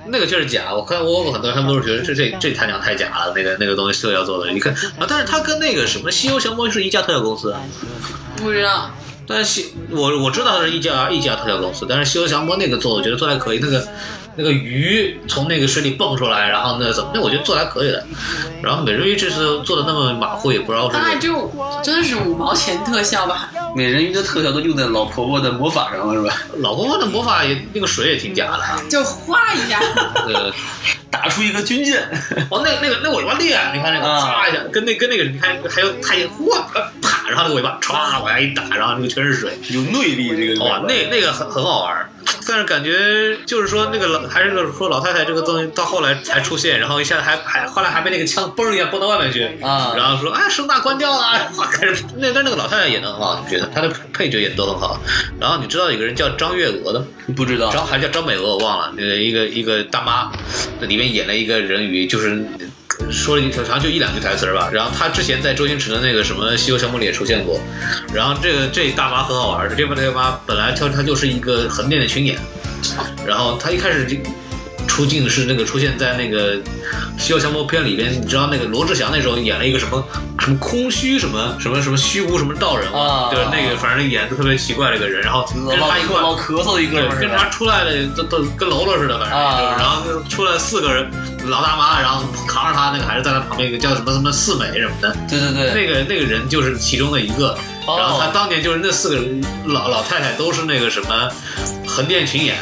[SPEAKER 1] 那个就是假，我看我我很多人他们都是觉得这这这他娘太假了，那个那个东西特效做的，你看啊，但是他跟那个什么《西游降魔》是一家特效公司啊，
[SPEAKER 3] 不知道。
[SPEAKER 1] 但是西我我知道它是一家一家特效公司，但是《西游降魔》那个做的我觉得做的还可以，那个那个鱼从那个水里蹦出来，然后那个怎么，那我觉得做的还可以的。然后美人鱼这次做的那么马虎，也不知道是
[SPEAKER 3] 大概就真的是五毛钱特效吧。
[SPEAKER 2] 美人鱼的特效都用在老婆婆的魔法上了，是吧？
[SPEAKER 1] 老婆婆的魔法也那个水也挺假的 啊，
[SPEAKER 3] 就画一下，
[SPEAKER 1] 那个
[SPEAKER 2] 打出一个军舰，
[SPEAKER 1] 哦，那个那个那尾巴裂，你看那个
[SPEAKER 2] 啊
[SPEAKER 1] 啪一下，跟那跟那个你看还有太阳，哇啪，然后那个尾巴歘往下一打，然后那个全是水，
[SPEAKER 2] 有内力这个。
[SPEAKER 1] 哇，哦那那个很很好玩儿。但是感觉就是说，那个老还是说老太太这个东西到后来才出现，然后一下还还后来还被那个枪嘣一下蹦到外面去
[SPEAKER 2] 啊
[SPEAKER 1] 然后说啊声大关掉了，然后开始那但是那个老太太演的很好，你觉得她的配角演的都很好。然后你知道有个人叫张月娥的吗？
[SPEAKER 2] 不知道
[SPEAKER 1] 张还叫张美娥，我忘了，那个一个一个大妈，那里面演了一个人鱼，就是说了一条，好像就一两句台词儿吧。然后她之前在周星驰的那个什么《西游降魔》里也出现过。然后这个这大妈很好玩儿，这边这个大妈本来她她就是一个横店的群演，然后她一开始就。出镜是那个出现在那个《西游降魔》片里边，你知道那个罗志祥那时候演了一个什么什么空虚什么什么什么虚无什么道人嘛，
[SPEAKER 2] 啊
[SPEAKER 1] 就是那个反正演的特别奇怪的一个人，然后跟他一块儿
[SPEAKER 2] 老咳嗽的一个
[SPEAKER 1] 对
[SPEAKER 2] 人，，
[SPEAKER 1] 跟他出来的都都跟喽啰似的，反正就是，
[SPEAKER 2] 啊
[SPEAKER 1] 然后就出来四个人，老大妈，然后扛着他那个还是在他旁边一个叫什么什么四美什么的，
[SPEAKER 2] 对对对，
[SPEAKER 1] 那个那个人就是其中的一个，
[SPEAKER 2] 哦
[SPEAKER 1] 然后他当年就是那四个人老老太太都是那个什么横店群演，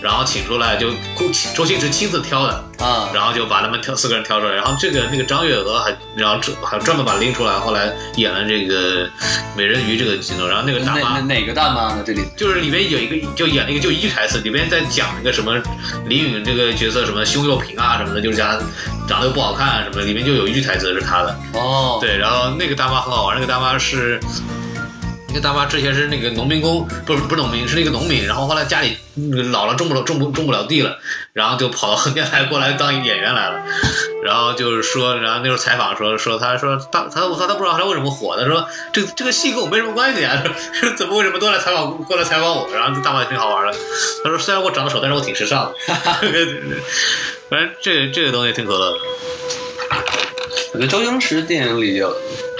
[SPEAKER 1] 然后请出来就周星驰亲自挑的，
[SPEAKER 2] 啊，
[SPEAKER 1] 然后就把他们挑四个人挑出来，然后这个那个张月娥还然后这还专门把她拎出来，后来演了这个美人鱼这个剧作，然后那个大
[SPEAKER 2] 哪
[SPEAKER 1] 妈
[SPEAKER 2] 哪哪个大妈呢？这里
[SPEAKER 1] 就是里面有一个就演了一个就一句台词，里面在讲一个什么李允这个角色什么胸又平啊什么的，就是讲长得又不好看啊什么的，里面就有一句台词是他的。
[SPEAKER 2] 哦，
[SPEAKER 1] 对，然后那个大妈很好玩，那个大妈是。那个大妈之前是那个农民工，不是不是农民，是那个农民。然后后来家里那个老了，种不了种不种不了地了，然后就跑到横店来过来当演员来了。然后就是说，然后那时候采访说说他说他他我说他不知道他为什么火，他说这这个戏跟我没什么关系啊， 说说怎么为什么都来采访过来采访我？然后这大妈挺好玩的，他说虽然我长得丑，但是我挺时尚的。 反正这个这个东西挺可乐的。
[SPEAKER 2] 我觉得周星驰的电影里有，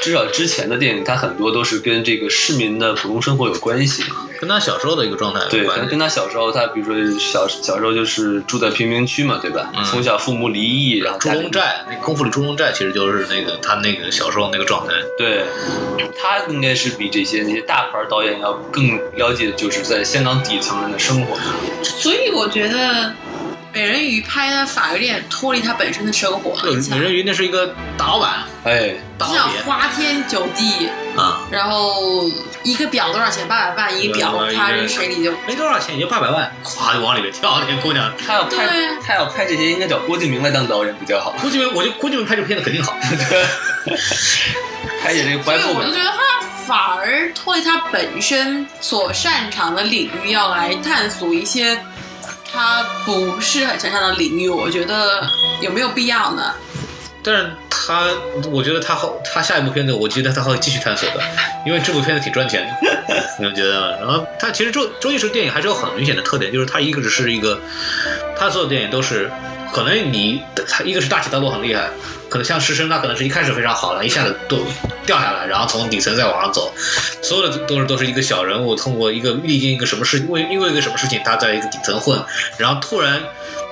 [SPEAKER 2] 至少之前的电影，它很多都是跟这个市民的普通生活有关系。
[SPEAKER 1] 跟他小时候的一个状态
[SPEAKER 2] 对，
[SPEAKER 1] 有
[SPEAKER 2] 可
[SPEAKER 1] 关
[SPEAKER 2] 能
[SPEAKER 1] 系。
[SPEAKER 2] 跟他小时候，他比如说小小时候就是住在贫民区嘛，对吧？
[SPEAKER 1] 嗯
[SPEAKER 2] 从小父母离异，然后
[SPEAKER 1] 猪
[SPEAKER 2] 家里
[SPEAKER 1] 笼寨，那功夫里猪笼寨其实就是那个他那个小时候那个状态。
[SPEAKER 2] 对，他应该是比这些那些大牌导演要更了解，就是在香港底层人的生活。
[SPEAKER 3] 所以我觉得美人鱼拍的反而有点脱离它本身的生活。
[SPEAKER 1] 对，
[SPEAKER 3] 你想
[SPEAKER 1] 美人鱼那是一个大老板，
[SPEAKER 2] 哎，
[SPEAKER 1] 大
[SPEAKER 3] 你
[SPEAKER 1] 老
[SPEAKER 3] 想
[SPEAKER 1] 板
[SPEAKER 3] 花天酒地，
[SPEAKER 1] 啊，
[SPEAKER 3] 然后一个表多少钱？八百万一个表
[SPEAKER 1] 对，
[SPEAKER 3] 他
[SPEAKER 1] 一个
[SPEAKER 3] 扔水里就。
[SPEAKER 1] 没多少钱，也就八百万，咵就往里面跳。那个姑娘，
[SPEAKER 2] 他要拍
[SPEAKER 3] 对
[SPEAKER 2] 他要拍这些，应该找郭敬明来当导演比较好。
[SPEAKER 1] 估计我就估计拍这片子肯定好。
[SPEAKER 2] 拍起这个
[SPEAKER 3] 所
[SPEAKER 2] 白
[SPEAKER 3] 以
[SPEAKER 2] 富
[SPEAKER 3] 我
[SPEAKER 2] 美
[SPEAKER 3] 就觉得他反而脱离他本身所擅长的领域，要来探索一些他不是很擅长的领域，我觉得有没有必要呢？
[SPEAKER 1] 但是他，我觉得他后他下一部片子，我觉得他会继续探索的，因为这部片子挺赚钱的，你们觉得吗？然后他其实周周星驰电影还是有很明显的特点，就是他一个只是一个，他所有电影都是，可能你他一个是大起大落很厉害，可能像《食神》，他可能是一开始非常好，然后一下子都掉下来，然后从底层再往上走，所有的都是都是一个小人物通过一个历经一个什么事，因为因为一个什么事情，他在一个底层混，然后突然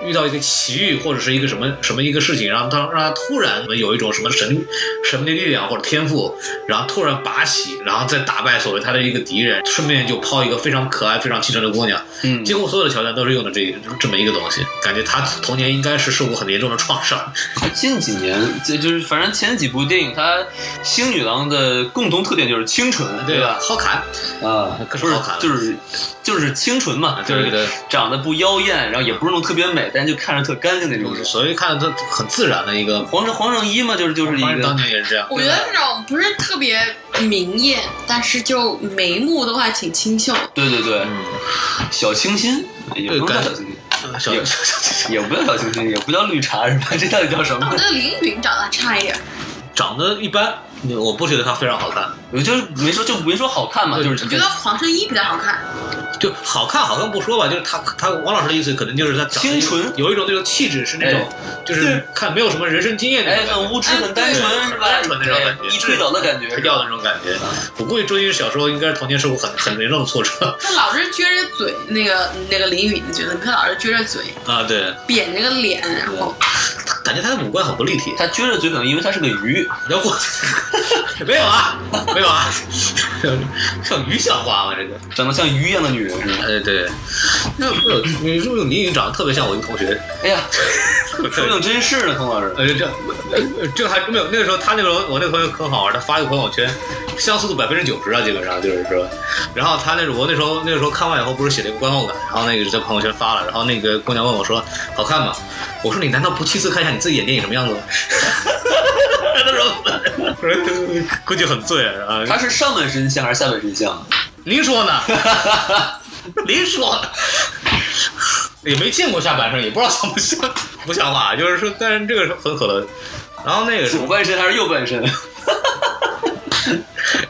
[SPEAKER 1] 遇到一个奇遇或者是一个什么什么一个事情，然后他让他突然有一种什么神神秘力量或者天赋，然后突然拔起，然后再打败所谓他的一个敌人，顺便就抛一个非常可爱、非常气质的姑娘。
[SPEAKER 2] 嗯
[SPEAKER 1] 几乎所有的桥段都是用的这这么一个东西，感觉他童年应该是受过很严重的创伤。
[SPEAKER 2] 近几年，这就是反正前几部电影，它星女郎的共同特点就是清纯，对啊吧？
[SPEAKER 1] 好看，
[SPEAKER 2] 啊，
[SPEAKER 1] 可是
[SPEAKER 2] 不是
[SPEAKER 1] 好看了
[SPEAKER 2] 就是就是清纯嘛，就
[SPEAKER 1] 啊对对
[SPEAKER 2] 是
[SPEAKER 1] 对
[SPEAKER 2] 长得不妖艳，然后也不是那种特别美，但就看着特干净那种人。
[SPEAKER 1] 所以看着他很自然的一个，
[SPEAKER 2] 黄圣黄圣依嘛，就是就是一
[SPEAKER 1] 当
[SPEAKER 2] 个
[SPEAKER 1] 年也是这样。
[SPEAKER 3] 我觉得这种不是特别明艳，但是就眉目都还挺清秀。
[SPEAKER 2] 对对对，小清新，也不
[SPEAKER 1] 嗯对
[SPEAKER 2] 叫
[SPEAKER 1] 干
[SPEAKER 2] 小清新，
[SPEAKER 1] 小
[SPEAKER 2] 也也不叫小清新，也不叫绿茶是吧？这到底叫什
[SPEAKER 3] 但
[SPEAKER 2] 么
[SPEAKER 3] 我觉？得林允长得差一点，
[SPEAKER 1] 长得一般，我不觉得他非常好看。
[SPEAKER 2] 我就是没说就没说好看嘛，
[SPEAKER 1] 对
[SPEAKER 2] 就是
[SPEAKER 3] 我觉得黄圣依比较好看。
[SPEAKER 1] 就好看好看不说吧，就是他他王老师的意思，可能就是他长得
[SPEAKER 2] 清纯
[SPEAKER 1] 有一种那种气质，是那种、就是看没有什么人生经验的
[SPEAKER 2] 哎，
[SPEAKER 1] 那种
[SPEAKER 2] 很无知，很单
[SPEAKER 3] 哎对
[SPEAKER 2] 纯是吧？
[SPEAKER 1] 单纯那种感觉
[SPEAKER 2] 一推倒的感觉，
[SPEAKER 1] 推掉的那种感觉。我估计周星驰小时候应该是童年受过很很严重的挫折
[SPEAKER 3] 他老是撅着嘴，那个那个林允的角色，他老是撅着嘴，
[SPEAKER 1] 啊，对，
[SPEAKER 3] 扁着个脸，然后
[SPEAKER 1] 他感觉他的五官很不立体。
[SPEAKER 2] 他撅着嘴，可能因为他是个鱼，
[SPEAKER 1] 然后我没有啊，没有啊，像鱼像话吗？这个。
[SPEAKER 2] 长得像鱼一样的女人是吧？
[SPEAKER 1] 哎，对，那不是你是不是你已经长得特别像我一个同学？
[SPEAKER 2] 哎呀，说不定真是呢，孔老师。
[SPEAKER 1] 呃，这呃这还没有那个时候，他那个时候我那个朋友很好玩，他发一个朋友圈，相似度百分之九十啊，基本上就是说。然后他那时候我那时候那个时候看完以后，不是写了一个观后感，然后那个就在朋友圈发了，然后那个姑娘问我说好看吗？我说你难道不亲自看一下你自己演电影什么样子吗？ 他说， 我说估计很醉啊。
[SPEAKER 2] 他是上半身像还是下半身像？
[SPEAKER 1] 您说呢？您说呢？也没见过下半身，也不知道像不像，不像话。就是说，但是这个是很可能。然后那个是
[SPEAKER 2] 左半身还是右半身？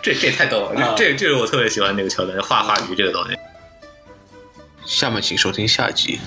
[SPEAKER 1] 这这太逗
[SPEAKER 2] 啊
[SPEAKER 1] 了，这这这是我特别喜欢那个桥段，画画鱼这个东西。
[SPEAKER 4] 下面请收听下集。